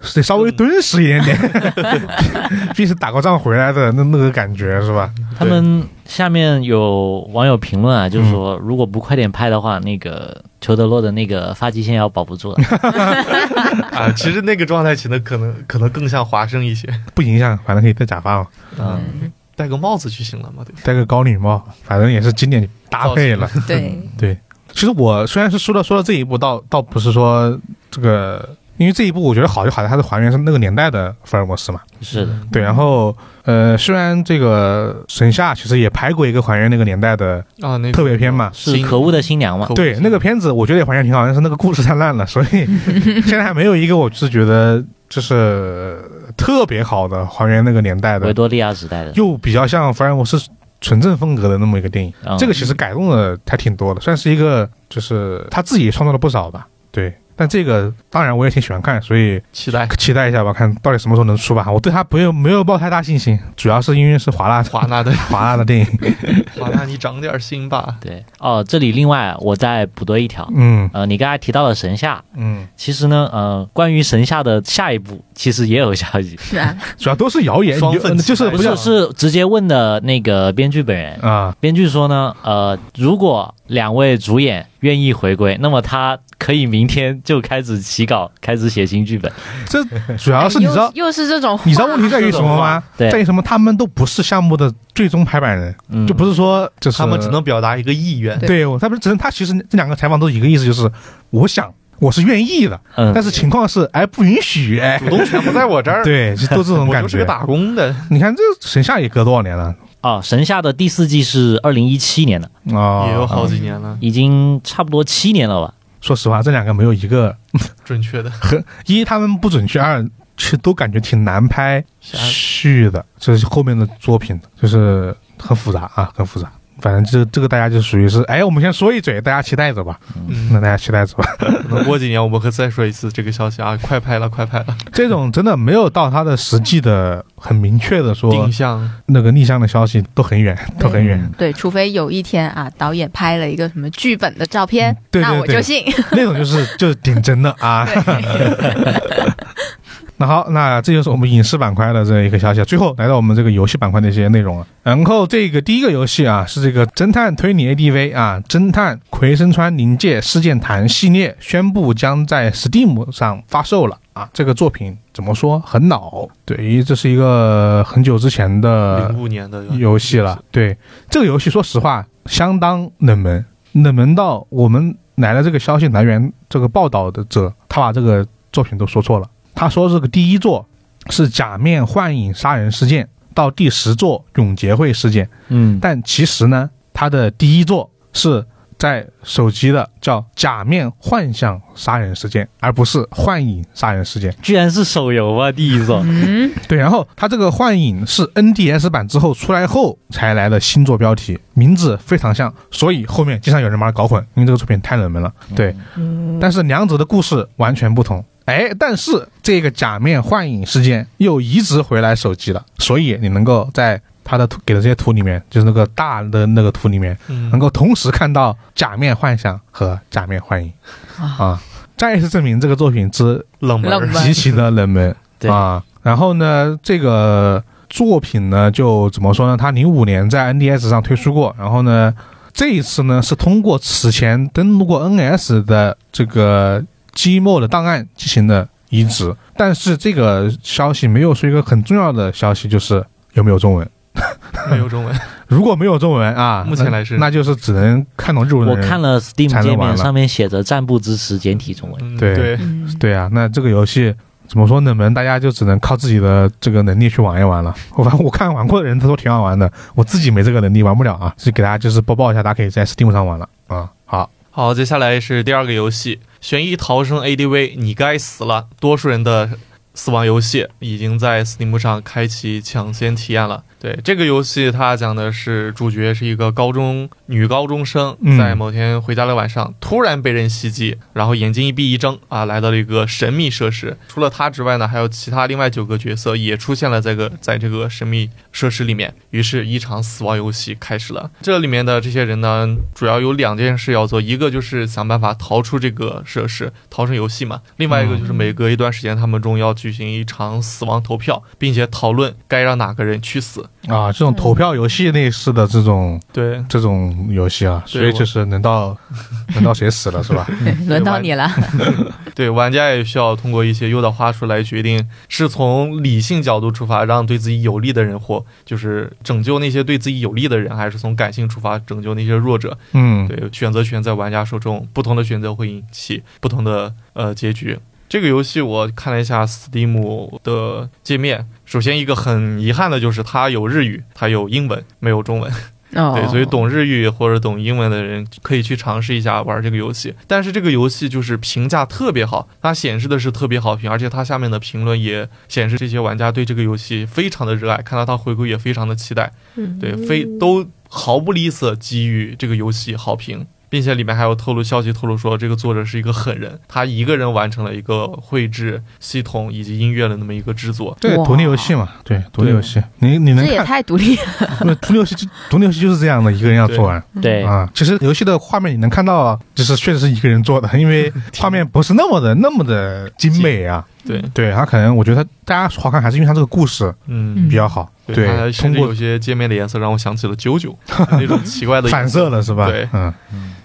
A: 是 得稍微敦实一点 点，毕竟是打过仗回来的那那个感觉是吧？
C: 他们下面有网友评论啊，就是
A: 嗯
C: 说如果不快点拍的话，那个裘德洛的那个发际线要保 不住了。
B: 啊，其实那个状态起的可能可能更像华生一些，
A: 不影响，反正可以戴假发嘛，
B: 啊，戴个帽子就行了嘛，对吧？
A: 戴个高领帽，反正也是经典搭配了。
D: 对，
A: 对，其实我虽然是说到说到这一步，倒倒不是说这个，因为这一步我觉得好就好在它是还原是那个年代的福尔摩斯嘛。
C: 是的，
A: 对，然后呃，虽然这个神夏其实也拍过一个还原那个年代的
B: 啊，那个
A: 特别篇嘛。
C: 是
B: 新
C: 可恶的新娘嘛
B: 可？恶
A: 对那个片子，我觉得也还原挺好，但是那个故事太烂了，所以现在还没有一个我是觉得就是特别好的还原那个年代
C: 维
A: 的，
C: 多利亚时代的。
A: 又比较像福尔摩斯纯正风格的那么一个电影。
C: 嗯
A: 这个其实改动的还挺多的，算是一个就是他自己创造了不少吧。对，但这个当然我也挺喜欢看，所以
B: 期 待
A: 期待一下吧，看到底什么时候能出吧。我对他没有没有抱太大信心，主要是因为是华纳
B: 华纳的
A: 华纳的电影。
B: 华纳，你长点心吧。
C: 对，哦，这里另外我再补多一条，
A: 嗯
C: 呃，你刚才提到了神夏，
A: 嗯，
C: 其实呢，呃，关于神夏的下一步其实也有消息，
D: 是啊，
A: 主要都是谣言，
B: 双份
A: 有
B: 期待
A: 就是
C: 不
A: 不
C: 是
A: 要
C: 是直接问的那个编剧本人。
A: 啊
C: 编剧说呢，呃，如果两位主演愿意回归，那么他可以明天就开始起稿，开始写新剧本。
A: 这主要是你知道。
D: 又又是这种话，
A: 你知道问题在于什么吗？
C: 对
A: 在于什么？他们都不是项目的最终排版人，
C: 嗯，
A: 就不是说就是
B: 他们只能表达一个 意愿，
A: 对，我他们只能他其实这两个采访都一个意思，就是我想我是愿意的，
C: 嗯
A: 但是情况是哎不允许 哎
B: 主，动权不在我这儿，
A: 对，就都这种
B: 我
A: 感
B: 就是个
A: 觉。
B: 打工的。
A: 你看这神夏也隔多少年了
C: 哦，神夏的第四季是二零一七年的，
B: 也有
A: 哦，
B: 好几年了，
C: 已经差不多七年了吧？
A: 说实话，这两个没有一个
B: 准确的
A: 一他们不准确，二其实都感觉挺难拍
B: 啥
A: 续的，这是后面的作品，就是很复杂啊，很复杂。反正这这个大家就属于是，哎，我们先说一嘴，大家期待着吧。那
B: 嗯，
A: 大家期待 着吧。
B: 可能过几年我们会再说一次这个消息啊，快拍了，快拍了，
A: 这种真的没有到它的实际的很明确的说
B: 定嗯向
A: 那个逆向的消息都很远，都很远。
D: 对，除非有一天啊，导演拍了一个什么剧本的照片，
A: 嗯对对
D: 那我就信。
A: 那种就是就是顶真的啊。 那好，那这就是我们影视板块的这一个消息。最后来到我们这个游戏板块的一些内容了。然后这个第一个游戏啊，是这个侦探推理 ADV 啊，《侦探葵生川临界事件谈》系列宣布将在 Steam 上发售了啊。这个作品怎么说很老，对于这是一个很久之前的
B: 零五年的
A: 呃游戏了。对这个游戏，说实话相当冷门，冷门到我们来了这个消息来源这个报道的者，他把这个作品都说错了。他说这个第一座是假面幻影杀人事件，到第十座永劫会事件，
C: 嗯，
A: 但其实呢，它的第一座是在手机的叫假面幻想杀人事件，而不是幻影杀人事件。
C: 居然是手游啊，第一座，
D: 嗯，
A: 对，然后它这个幻影是 NDS 版之后出来后才来的新作标题，名字非常像，所以后面经常有人把它搞混，因为这个作品太冷门了。对，但是两者的故事完全不同。哎，但是这个假面幻影事件又移植回来手机了，所以你能够在它的图给的这些图里面，就是那个大的那个图里面，能
B: 能
A: 够同时看到假面幻想和假面幻影啊，再一次证明这个作品之
B: 冷门
D: 冷门
A: 极其的冷门
C: 对
A: 啊。然后呢，这个作品呢，就怎么说呢？它零五年在 NDS 上推出过，然后呢，这一次呢是通过此前登录过 NS 的这个 Gmo 的档案进行的移植，但是这个消息没有说一个很重要的消息，就是有没有中文。
B: 没有中文，
A: 如果没有中文啊，
B: 目前
A: 那
B: 来是
A: 那就是只能看懂日文的
C: 我
A: 人。
C: 看了 Steam
A: 才能
C: 界
A: 玩
C: 面
A: 了
C: 上面写着暂不支持简体中文，
B: 嗯
A: 对
B: 对，
D: 嗯
A: 对啊，那这个游戏怎么说冷门，大家就只能靠自己的这个能力去玩一玩了。我反正我看玩过的人，他说挺好玩的，我自己没这个能力玩不了啊，所以给大家就是播报一下，大家可以在 Steam 上玩了啊、好，
B: 好，接下来是第二个游戏《悬疑逃生 ADV》，你该死了！多数人的死亡游戏已经在 Steam 上开启抢先体验了。对这个游戏，它讲的是主角是一个高中女高中生
A: 嗯，
B: 在某天回家的晚上突然被人袭击，然后眼睛一闭一睁啊，来到了一个神秘设施。除了她之外呢，还有其他另外九个角色也出现了这个在这个神秘设施里面。于是，一场死亡游戏开始了。这里面的这些人呢，主要有两件事要做，一个就是想办法逃出这个设施，逃生游戏嘛；另外一个就是每隔一段时间，他们中要举行一场死亡投票，并且讨论该让哪个人去死。
A: 啊，
D: 嗯
A: 这种投票游戏类似的这种
B: 对，
A: 这种游戏啊，所以就是能到能到谁死了是吧？
D: 对轮到你了，
B: 对，玩家也需要通过一些诱导话术来决定，是从理性角度出发，让对自己有利的人或就是拯救那些对自己有利的人，还是从感性出发拯救那些弱者。
A: 嗯，
B: 对，选择权在玩家手中，不同的选择会引起不同的呃结局。这个游戏我看了一下 Steam 的界面，首先一个很遗憾的就是它有日语，它有英文，没有中文。
D: 哦
B: 对，所以懂日语或者懂英文的人可以去尝试一下玩这个游戏。但是这个游戏就是评价特别好，它显示的是特别好评，而且它下面的评论也显示这些玩家对这个游戏非常的热爱，看到它回归也非常的期待。对，非都毫不吝啬给予这个游戏好评。并且里面还有透露消息，透露说这个作者是一个狠人，他一个人完成了一个绘制系统以及音乐的那么一个制作。
A: 对，
D: 哇
A: 独立游戏嘛，对，独立游戏，你你能
D: 这也
A: 看，
D: 太独立了，
A: 不是独立游戏就，独立游戏就是这样的，一个人要做完。
B: 哎
C: 对，
A: 啊，其实游戏的画面你能看到，就是确实是一个人做的，因 为画面不是那么的那么的精美 啊。
B: 对，
A: 对，它可能我觉得它大家好看还是因为它这个故事
B: 嗯
A: 比较好，
B: 它
A: 对，
B: 甚
A: 通
B: 至有
A: 过
B: 些界面的颜色让我想起了九 九那种奇怪的
A: 反
B: 颜色。
A: 射了是吧？
B: 对
A: 嗯，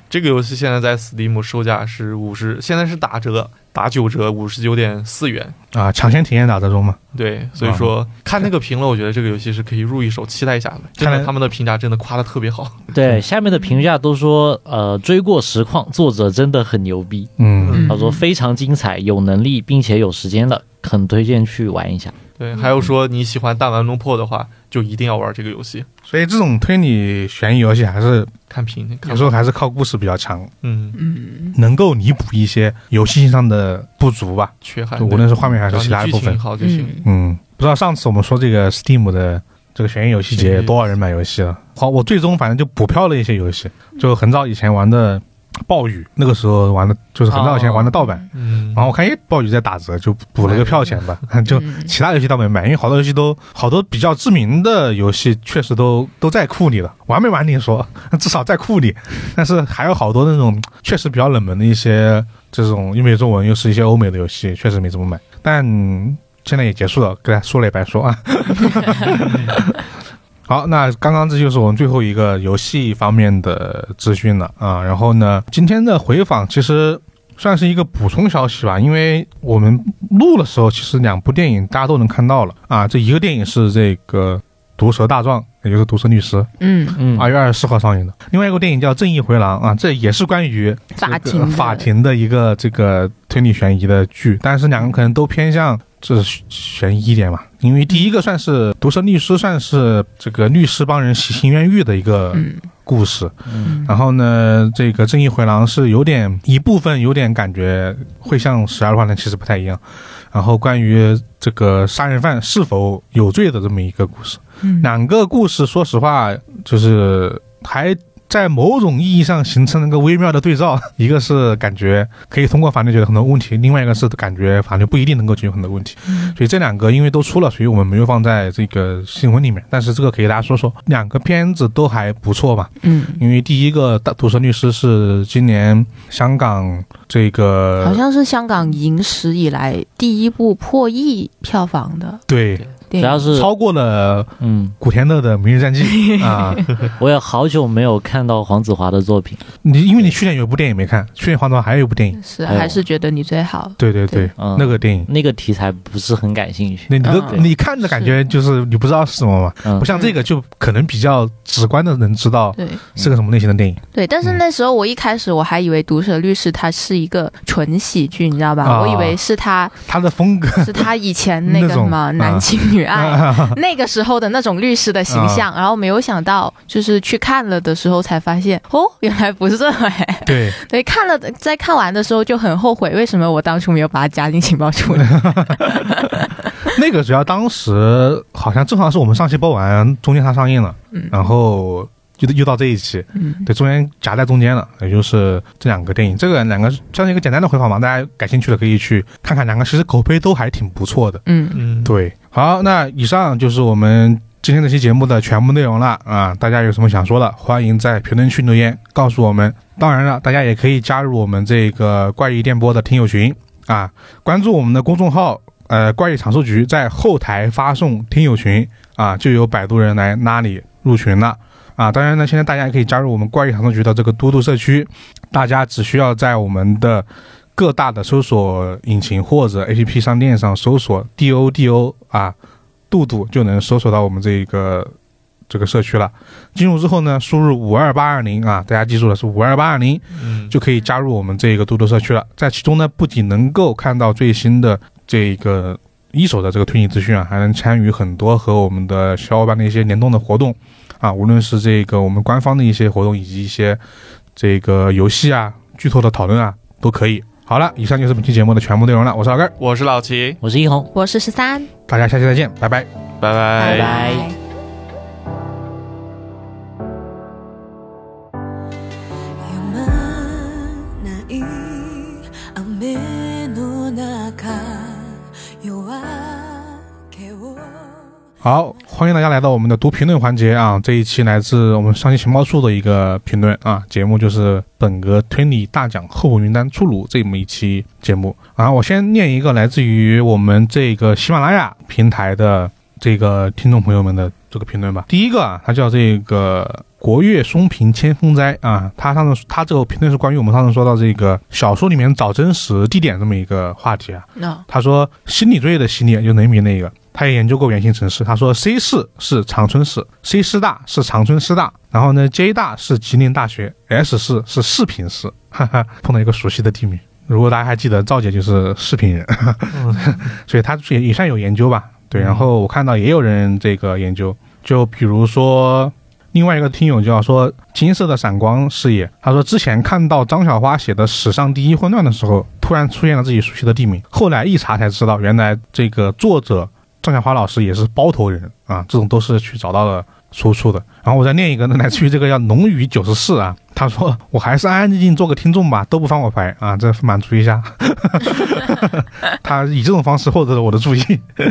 B: 这个游戏现在在 Steam 售价是五十，现在是打折，打九折，五十九点四元。
A: 啊，抢先体验打折中嘛，
B: 对，所以说、
A: 嗯
B: 看那个评论，我觉得这个游戏是可以入一手，期待一下的。真
A: 看来
B: 的，他们的评价真的夸的特别好。
C: 对，下面的评价都说，呃，追过实况，作者真的很牛逼。
A: 嗯，
D: 嗯
C: 他说非常精彩，有能力并且有时间了，很推荐去玩一下。
A: 嗯
B: 对，还有说你喜欢弹丸论破的话，就一定要玩这个游戏，
A: 所以这种推理悬疑游戏还是
B: 看评看
A: 有时候还是靠故事比较强，
B: 嗯
D: 嗯，
A: 能够弥补一些游戏性上的不足吧，
B: 缺憾，
A: 就无论是画面还是其他的
B: 对只
A: 部
B: 要你剧情
A: 分。
B: 好就行。
A: 嗯，不知道上次我们说这个 Steam 的这个悬疑游戏节
B: 悬疑
A: 有多少人买游戏了？好，我最终反正就补票了一些游戏，就很早以前玩的《暴雨》，那个时候玩的就是很早以前玩的盗版，
B: 嗯，
A: 然后我看哎《暴雨》在打折，就补了个票钱吧， 就
D: 嗯
A: 其他游戏倒没买，因为好多游戏都好多比较知名的游戏确实都都在库里了，玩没玩另说， 至少在库里。但是还有好多那种确实比较冷门的一些这种又没有中文又是一些欧美的游戏，确实没怎么买。但现在也结束了，跟大家说了也白说啊。好，那刚刚这就是我们最后一个游戏方面的资讯了啊。然后呢，今天的回访其实算是一个补充消息吧，因为我们录的时候，其实两部电影大家都能看到了啊。这一个电影是这个《毒舌大状》，也就是《毒舌律师》，
D: 嗯，
C: 嗯
A: 二月二十四号上映的。另外一个电影叫《正义回廊》啊，这也是关于这个
D: 法庭的
A: 法庭的一个这个推理悬疑的剧，但是两个可能都偏向这悬疑一点嘛，因为第一个算是《毒舌律师》，算是这个律师帮人洗心冤狱的一啊个
D: 嗯
A: 故事。
D: 嗯
A: 然后呢，这个《正义回廊》是有点一部分有点感觉会像《十二花呢，其实不太一样。然后关于这个杀人犯是否有罪的这么一个故事，
D: 嗯
A: 两个故事说实话就是还。在某种意义上形成了一个微妙的对照，一个是感觉可以通过法律解决很多问题，另外一个是感觉法律不一定能够解决很多问题。所以这两个因为都出了，所以我们没有放在这个新闻里面。但是这个可以给大家说说，两个片子都还不错吧。
D: 嗯，
A: 因为第一个大赌神律师是今年香港这个
D: 好像是香港影史以来第一部破亿票房的
A: 对
D: 电
C: 主要
D: 影，
C: 是
A: 超过了
C: 嗯，
A: 古天乐的《明日战记》 啊，
C: 我也好久没有看到黄子华的作品，
A: 你因为你去年有一部电影没看，去年黄导还有一部电影，
D: 是
C: 哦
D: 还是觉得你最好，
A: 对对对，
C: 嗯
A: 那个电影。
C: 那个题材不是很感兴趣。
A: 那你都
D: 嗯
A: 你看着感觉就是你不知道是什么嘛，
C: 嗯
A: 不像这个就可能比较直观的能知道
D: 对
A: 是个什么类型的电影。
D: 对。但是那时候我一开始我还以为《毒舌律师》它是一个纯喜剧，你知道吧？
A: 啊
D: 我以为是他
A: 它的风 格
D: 是他以前那个
A: 那
D: 什
A: 种啊
D: 么
A: 嗯
D: 男亲女爱 那个时候的那种律师的形象，然后没有想到就是去看了的时候才发现，哦，原来不是哎。
A: 对，
D: 对，看了在看完的时候就很后悔，为什么我当初没有把它加进情报处 呢？
A: 那个主要当时好像正好是我们上期播完，中间它上映了，
D: 嗯
A: 然后又又到这一期，
D: 嗯
A: 对，中间夹在中间了，也就是这两个电影，这个两个算是一个简单的回访吧，大家感兴趣的可以去看看，两个其实口碑都还挺不错的。
D: 嗯，
B: 嗯，
A: 对，好，那以上就是我们今天这期节目的全部内容了啊！大家有什么想说的，欢迎在评论区留言告诉我们。当然了，大家也可以加入我们这个怪异电波的听友群啊，关注我们的公众号呃怪异常数局，在后台发送听友群啊，就有摆渡人来拉你入群了。啊，当然呢，现在大家也可以加入我们怪异常数局的这个嘟嘟社区，大家只需要在我们的各大的搜索引擎或者 APP 商店上搜索 DODO 啊，杜杜就能搜索到我们这个这个社区了。进入之后呢，输入五二八二零啊，大家记住了是五二八二零，
B: 嗯，
A: 就可以加入我们这个杜杜社区了。在其中呢，不仅能够看到最新的这个一手的这个推理资讯啊，还能参与很多和我们的小伙伴的一些联动的活动啊，无论是这个我们官方的一些活动，以及一些这个游戏啊、剧透的讨论啊，都可以。好了，以上就是本期节目的全部内容了。我是老根儿，
B: 我是老齐，
C: 我是一红，
D: 我是十三，
A: 大家下期再见，拜拜。
B: 拜
C: 拜拜
E: 止まない雨の中夜明けを
A: 好，欢迎大家来到我们的读评论环节啊！这一期来自我们上期情报处的一个评论啊，节目就是本格推理大奖候补名单出炉这么一期节目啊。我先念一个来自于我们这个喜马拉雅平台的这个听众朋友们的这个评论吧。第一个啊，它叫这个国乐松平千风斋啊，它上次它这个评论是关于我们上次说到这个小说里面找真实地点这么一个话题啊。
D: 那
A: 他说心理作业的心理就能比那个，他也研究过原型城市。他说 C 市是长春市，C 师大是长春师大，然后呢 J 大是吉林大学，S 市是视频市，哈哈，碰到一个熟悉的地名。 如果大家还记得，赵姐就是视频人，所以他也也算有研究吧。对，然后我看到也有人这个研究，就比如说另外一个听友叫说金色的闪光视野，他说之前看到张小花写的史上第一混乱的时候，突然出现了自己熟悉的地名，后来一查才知道，原来这个作者张小花老师也是包头人啊，这种都是去找到了。出处的，然后我再念一个，呢，来自于这个叫龙宇九十四啊， 他说我还是安安静静做个听众吧，都不翻我牌啊，这满足一下。 他以这种方式获得了我的注意。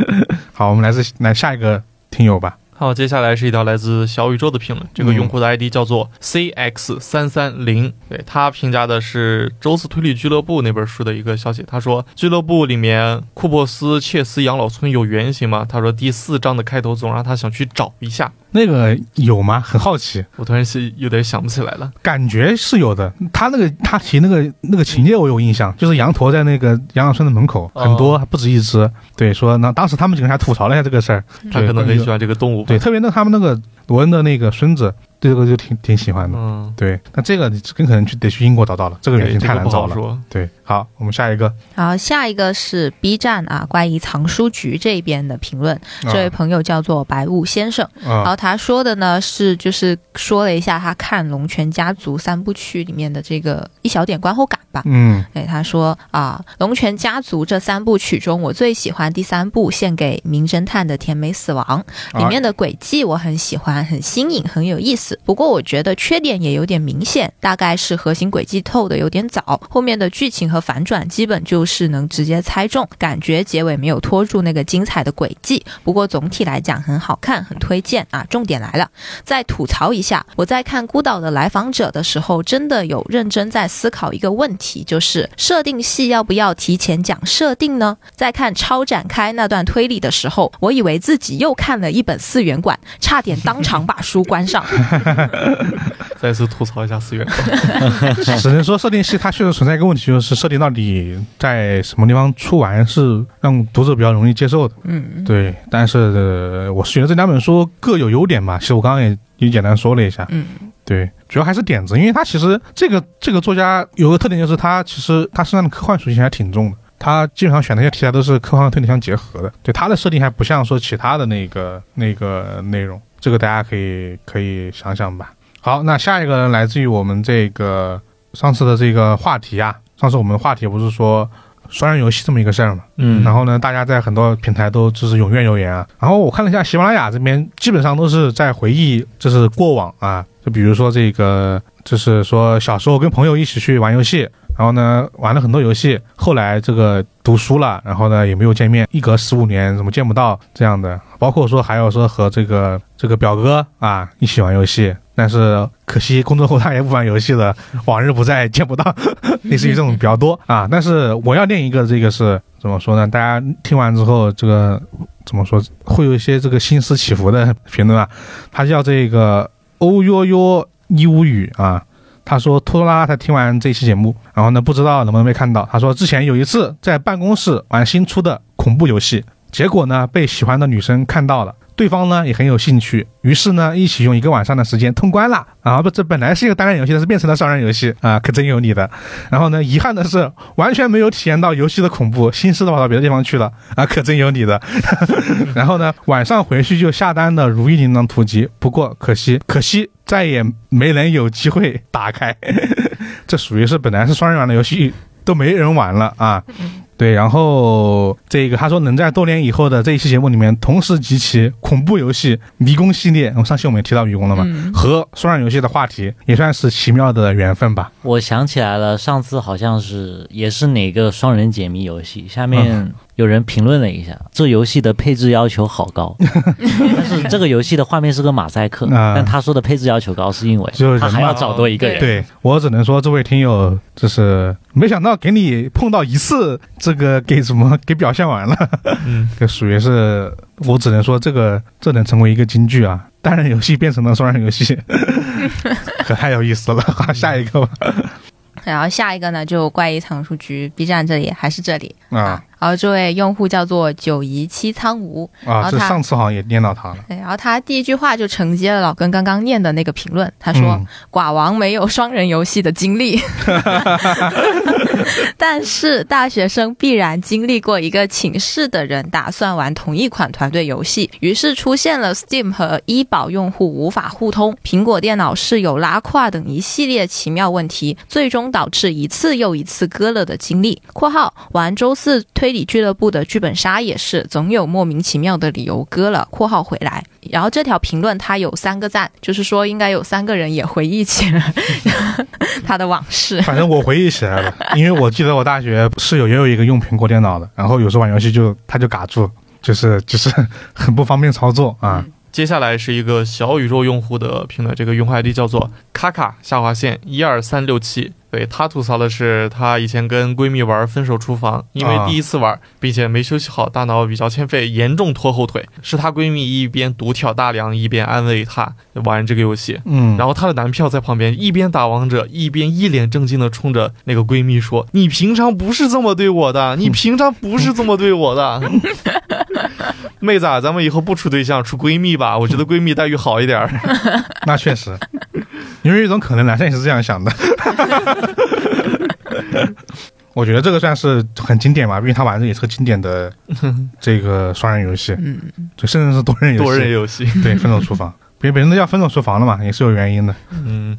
A: 好，我们来自来下一个听友吧。
B: 好，接下来是一条来自小宇宙的评论，
A: 嗯
B: 这个用户的 ID 叫做 CX 三三零，对他评价的是《周四推理俱乐部》那本书的一个消息。他说，俱乐部里面库珀斯切斯养老村有原型吗？他说第四章的开头总让他想去找一下，
A: 那个有吗？很好奇，
B: 我突然是有点想不起来了。
A: 感觉是有的。他那个他提那个那个情节我有印象，就是羊驼在那个养老村的门口
B: 哦
A: 很多，不止一只。对，说那当时他们几个人还吐槽了一下这个事儿。
B: 他
A: 对
B: 可能很喜欢这个动物吧。
A: 对，特别那他们那个罗恩的那个孙子，对这个就挺挺喜欢的。
B: 嗯，
A: 对，那这个你很可能去得去英国找到了，这个原
B: 对，
A: 型
B: 这
A: 太
B: 个
A: 难
B: 不
A: 找
B: 好
A: 了。
B: 说。
A: 对，好，我们下一 个。
D: 好，下一个是 B 站啊，关于藏书局这边的评论，这位
A: 啊
D: 朋友叫做白雾先生。然
A: 啊
D: 后他说的呢是，就是说了一下他看《龙泉家族》三部曲里面的这个一小点观后感吧。
A: 嗯
D: 对，他说啊，龙泉家族》这三部曲中，我最喜欢第三部献给名侦探的甜美死亡，
A: 啊
D: 里面的轨迹我很喜欢，很新颖，很有意思。不过我觉得缺点也有点明显，大概是核心轨迹透的有点早，后面的剧情和反转基本就是能直接猜中，感觉结尾没有拖住那个精彩的轨迹。不过总体来讲很好看，很推荐啊！重点来了，再吐槽一下，我在看孤岛的来访者的时候，真的有认真在思考一个问题，就是设定系要不要提前讲设定呢？在看超展开那段推理的时候，我以为自己又看了一本四元馆，差点当场把书关上。
B: 再次吐槽一下四月。
A: 啊只能说设定系它确实存在一个问题，就是设定到底在什么地方出完是让读者比较容易接受的。
D: 嗯，
A: 对，但是、呃我是觉得这两本书各有优点吧。其实我刚刚也也简单说了一下。
D: 嗯，
A: 对，主要还是点子，因为他其实这个这个作家有个特点就是他其实他身上的科幻属性还挺重的。他基本上选的一些题材都是科幻和推理相结合的，对他的设定还不像说其他的那个那个内容，这个大家可以可以想想吧。好，那下一个来自于我们这个上次的这个话题啊，上次我们的话题不是说双人游戏这么一个事儿嘛，
B: 嗯
A: 然后呢，大家在很多平台都就是踊跃留言啊。然后我看了一下喜马拉雅这边，基本上都是在回忆，就是过往啊，就比如说这个，就是说小时候跟朋友一起去玩游戏。然后呢，玩了很多游戏，后来这个读书了，然后呢也没有见面，一隔十五年怎么见不到这样的，包括说还有说和这个这个表哥啊一起玩游戏，但是可惜工作后他也不玩游戏了，往日不再见不到， 类似于这种比较多啊。但是我要念一个，这个是怎么说呢？大家听完之后，这个怎么说，会有一些这个心思起伏的评论啊。他叫这个欧哟哟义乌语啊。他说：“拖拖拉拉，他听完这期节目，然后呢，不知道能不能被看到。他说之前有一次在办公室玩新出的恐怖游戏，结果呢被喜欢的女生看到了，对方呢也很有兴趣，于是呢一起用一个晚上的时间通关了。啊，不，这本来是一个单人游戏，但是变成了双人游戏啊，可真有你的。然后呢，遗憾的是完全没有体验到游戏的恐怖，心思都跑到别的地方去了啊，可真有你的。 然后呢，晚上回去就下单的《如意琳琅图集》，不过可惜，可惜再也没人有机会打开。 这属于是本来是双人玩的游戏，都没人玩了啊。对，然后这个他说能在多年以后的这一期节目里面同时集齐恐怖游戏、迷宫系列，我上期我们也提到迷宫了嘛，
D: 嗯
A: 和双人游戏的话题，也算是奇妙的缘分吧。
C: 我想起来了，上次好像是也是哪个双人解谜游戏，下面有人评论了一下，这游戏的配置要求好 高，但是这个游戏的画面是个马赛克，
A: 啊
C: 但他说的配置要求高是因为
A: 就是人
C: 他还
A: 嘛
C: 要找多一个人，
A: 对我只能说，这位听友就是没想到给你碰到一次，这个给什么给表现完了，
B: 嗯，
A: 这属于是我只能说这个这能成为一个金句啊！单人游戏变成了双人游戏，可太有意思了。 好下一个吧，
D: 然后下一个呢，就怪异藏书局 B 站这里还是这里
A: 啊。
D: 然后这位用户叫做九姨七苍梧，
A: 啊，
D: 好
A: 这
D: 他
A: 上次好像也念到他了。
D: 对，然后他第一句话就承接了老根刚刚念的那个评论，他说：“
A: 嗯
D: 寡王没有双人游戏的经历。”但是大学生必然经历过一个寝室的人打算玩同一款团队游戏，于是出现了 Steam 和医保用户无法互通、苹果电脑室友拉胯等一系列奇妙问题，最终导致一次又一次割了的经历。（括号玩周四推理俱乐部的剧本杀也是，总有莫名其妙的理由割了。）（括号回来）然后这条评论它有三个赞，就是说应该有三个人也回忆起了 他的往事。
A: 反正我回忆起来了，因为我记得我大学室友也有一个用苹果电脑的，然后有时候玩游戏就他就嘎住，就是就是很不方便操作啊。
B: 接下来是一个小宇宙用户的评论，这个用户 ID 叫做卡卡下划线一二三六七。对他吐槽的是，他以前跟闺蜜玩《分手厨房》，因为
A: 啊
B: 第一次玩，并且没休息好，大脑比较欠费，严重拖后腿。是她闺蜜一边独挑大梁，一边安慰她玩这个游戏。
A: 嗯，
B: 然后她的男票在旁边一边打王者，一边一脸正经的冲着那个闺蜜说：“你平常不是这么对我 的，你平常不是这么对我的。” 妹子啊，咱们以后不处对象，处闺 蜜吧，我觉得闺蜜待遇好一点儿。
A: 那确实，因为有一种可能，男生也是这样想的。 我觉得这个算是很经典吧，毕竟他玩的也是个经典 的这个双人游戏，
D: 嗯，
A: 就甚至是多人游戏。
B: 多人游戏，
A: 对，分手厨 房，别别人都叫分手厨房了嘛，也是有原因的。
B: 嗯，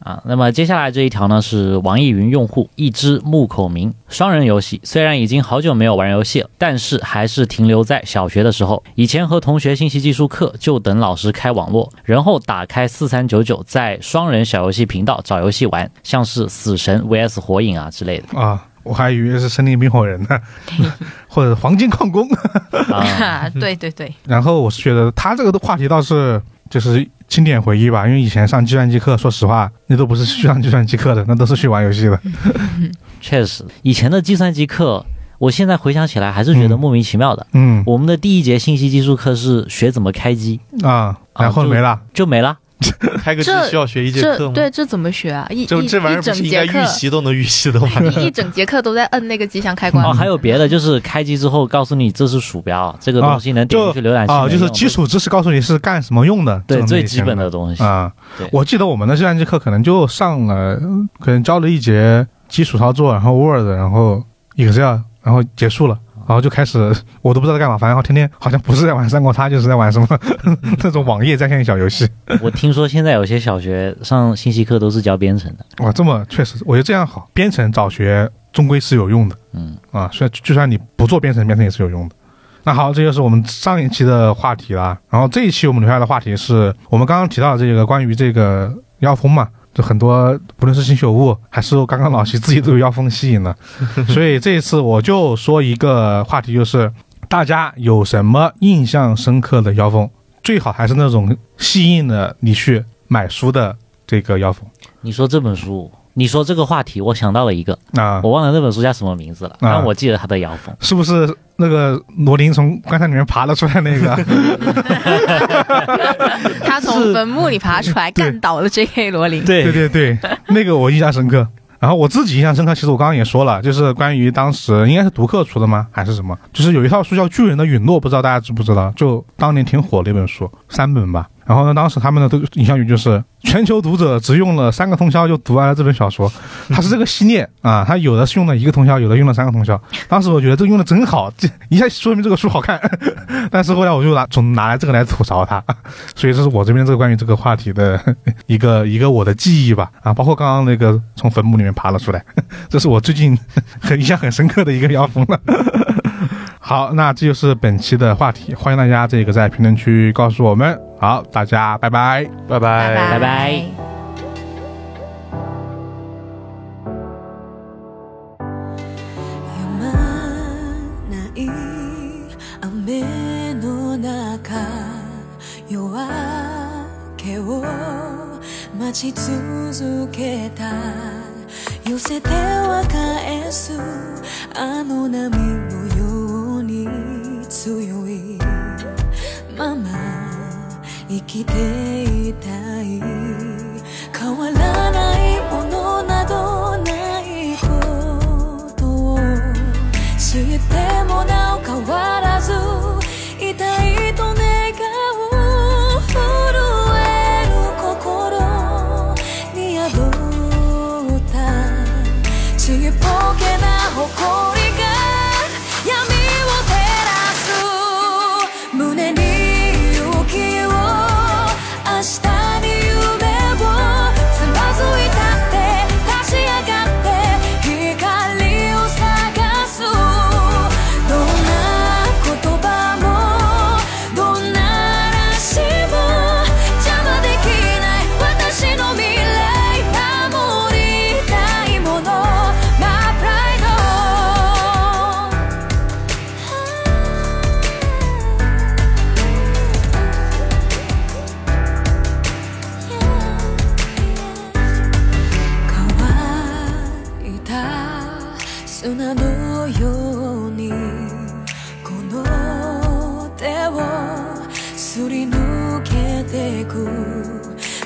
C: 啊，那么接下来这一条呢是网易云用户一只木口明双人游戏，虽然已经好久没有玩游戏了，但是还是停留在小学的时候。以前和同学信息技术课就等老师开网络，然后打开四三九九，在双人小游戏频道找游戏玩，像是死神 vs 火影啊之类的
A: 啊，我还以为是森林冰火人呢， 或者黄金矿工。
C: 啊。
D: 对对对，
A: 然后我是觉得他这个话题倒是就是经典回忆吧，因为以前上计算机课，说实话，那都不是去上计算机课的，那都是去玩游戏的。
C: 确实，以前的计算机课，我现在回想起来还是觉得
A: 嗯
C: 莫名其妙的。
A: 嗯
C: 我们的第一节信息技术课是学怎么开机，
A: 啊，
C: 啊
A: 然后
C: 就
A: 没了。
C: 就没了。
B: 开个机
D: 这
B: 需要学一节课
D: 这
B: 吗？
D: 对这怎么学啊？一
B: 这
D: 一
B: 这玩意儿
D: 一
B: 不
D: 整
B: 是应
D: 节
B: 该预
D: 课，
B: 习都能预习的吗？
D: 一一整节课都在摁那个机箱开关
C: 哦，。还有别的，就是开机之后告诉你这是鼠标，这个东西能点进去浏览器
A: 啊，
C: 能用。
A: 就是基础知识告诉你是干什么用的，
C: 对
A: 这种类
C: 最
A: 型
C: 基本的东西。
A: 啊
C: 对。
A: 我记得我们的计算机课可能就上了，可能教了一节基础操作，然后 Word，然后 Excel，然后结束
C: 哦
A: 了。然后就开始，我都不知道在干嘛，反正天天好像不是在玩三国杀，就是在玩什么 那种网页在线小游戏。
C: 我听说现在有些小学上信息课都是教编程的，
A: 哇，这么确实，我觉得这样好，编程早学终归是有用的。
C: 嗯，
A: 啊，虽然就算你不做编程，编程也是有用的。那好，这就是我们上一期的话题啦。然后这一期我们留下来的话题是我们刚刚提到的这个关于这个妖风嘛，就很多不论是新雪物还是刚刚老徐自己都有妖风吸引了，所以这一次我就说一个话题，就是大家有什么印象深刻的妖风，最好还是那种吸引了你去买书的这个妖风。
C: 你说这本书，你说这个话题，我想到了一个，
A: 那
C: 我忘了那本书叫什么名
A: 啊
C: 字了，但我记得它的妖风。
A: 是不是那个罗琳从棺材里面爬了出来那个？
D: 他从坟墓里爬出来，
A: 对
D: 干倒了 J.K. 罗 琳。
A: 对对对，那个我印象深刻。然后我自己印象深刻，其实我刚刚也说了，就是关于当时应该是读客出的吗，还是什么？就是有一套书叫《巨人的陨落》，不知道大家知不知道？就当年挺火的一本书，三本吧。然后呢，当时他们的都影响语就是，全球读者只用了三个通宵就读完了这本小说。它是这个系列啊，它有的是用了一个通宵，有的用了三个通宵。当时我觉得这个用的真好，这一下说明这个书好看。 但是后来我就拿总拿来这个来吐槽它，所以这是我这边这个关于这个话题的一个一个我的记忆吧，啊，包括刚刚那个从坟墓里面爬了出来， 这是我最近 很印象很深刻的一个妖风了。 好，那这就是本期的话题，欢迎大家这个在评论区告诉我们。好，大家拜拜。
B: 拜拜
C: 拜拜
E: 止まない雨の中夜明けを待ち続けた寄せては返すあの波のように強いまま生きていたい変わらないものなどないことを知ってもなお変わらずいたいと願う震える心に宿ったちっぽけ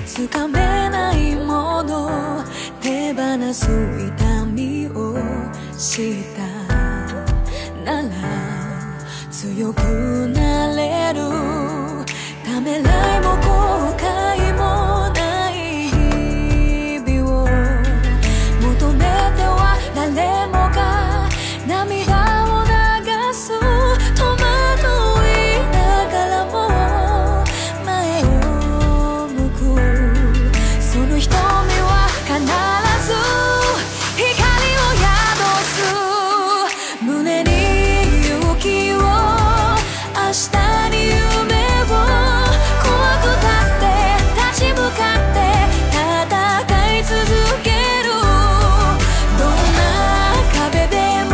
E: つかめないもの手放す痛みを知ったなら強くなれるためらいも後悔もない日々を求めては誰もが涙を流す戸惑いながらも前を向くその瞳は必ず光を宿す胸に勇気を明日に夢を怖くたって立ち向かって戦い続けるどんな壁でも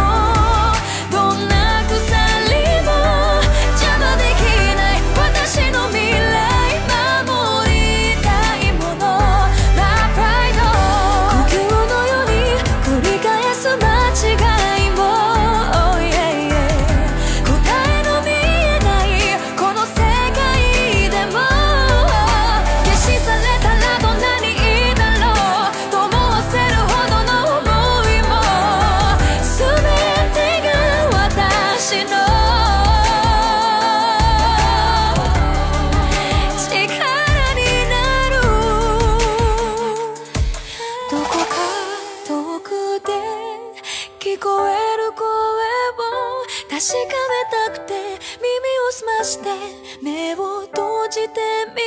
E: どんな鎖も邪魔できない私の未来守りたいもの My pride 呼吸のように繰り返す間違いも Oh, yeah, yeah 答えの見えないこの世界でも消し去れたらどんなにいいだろうと思わせるほどの想いも全てが私の力になるどこか遠くで聞こえる声を確かめたくて耳を澄まして目を閉じてみ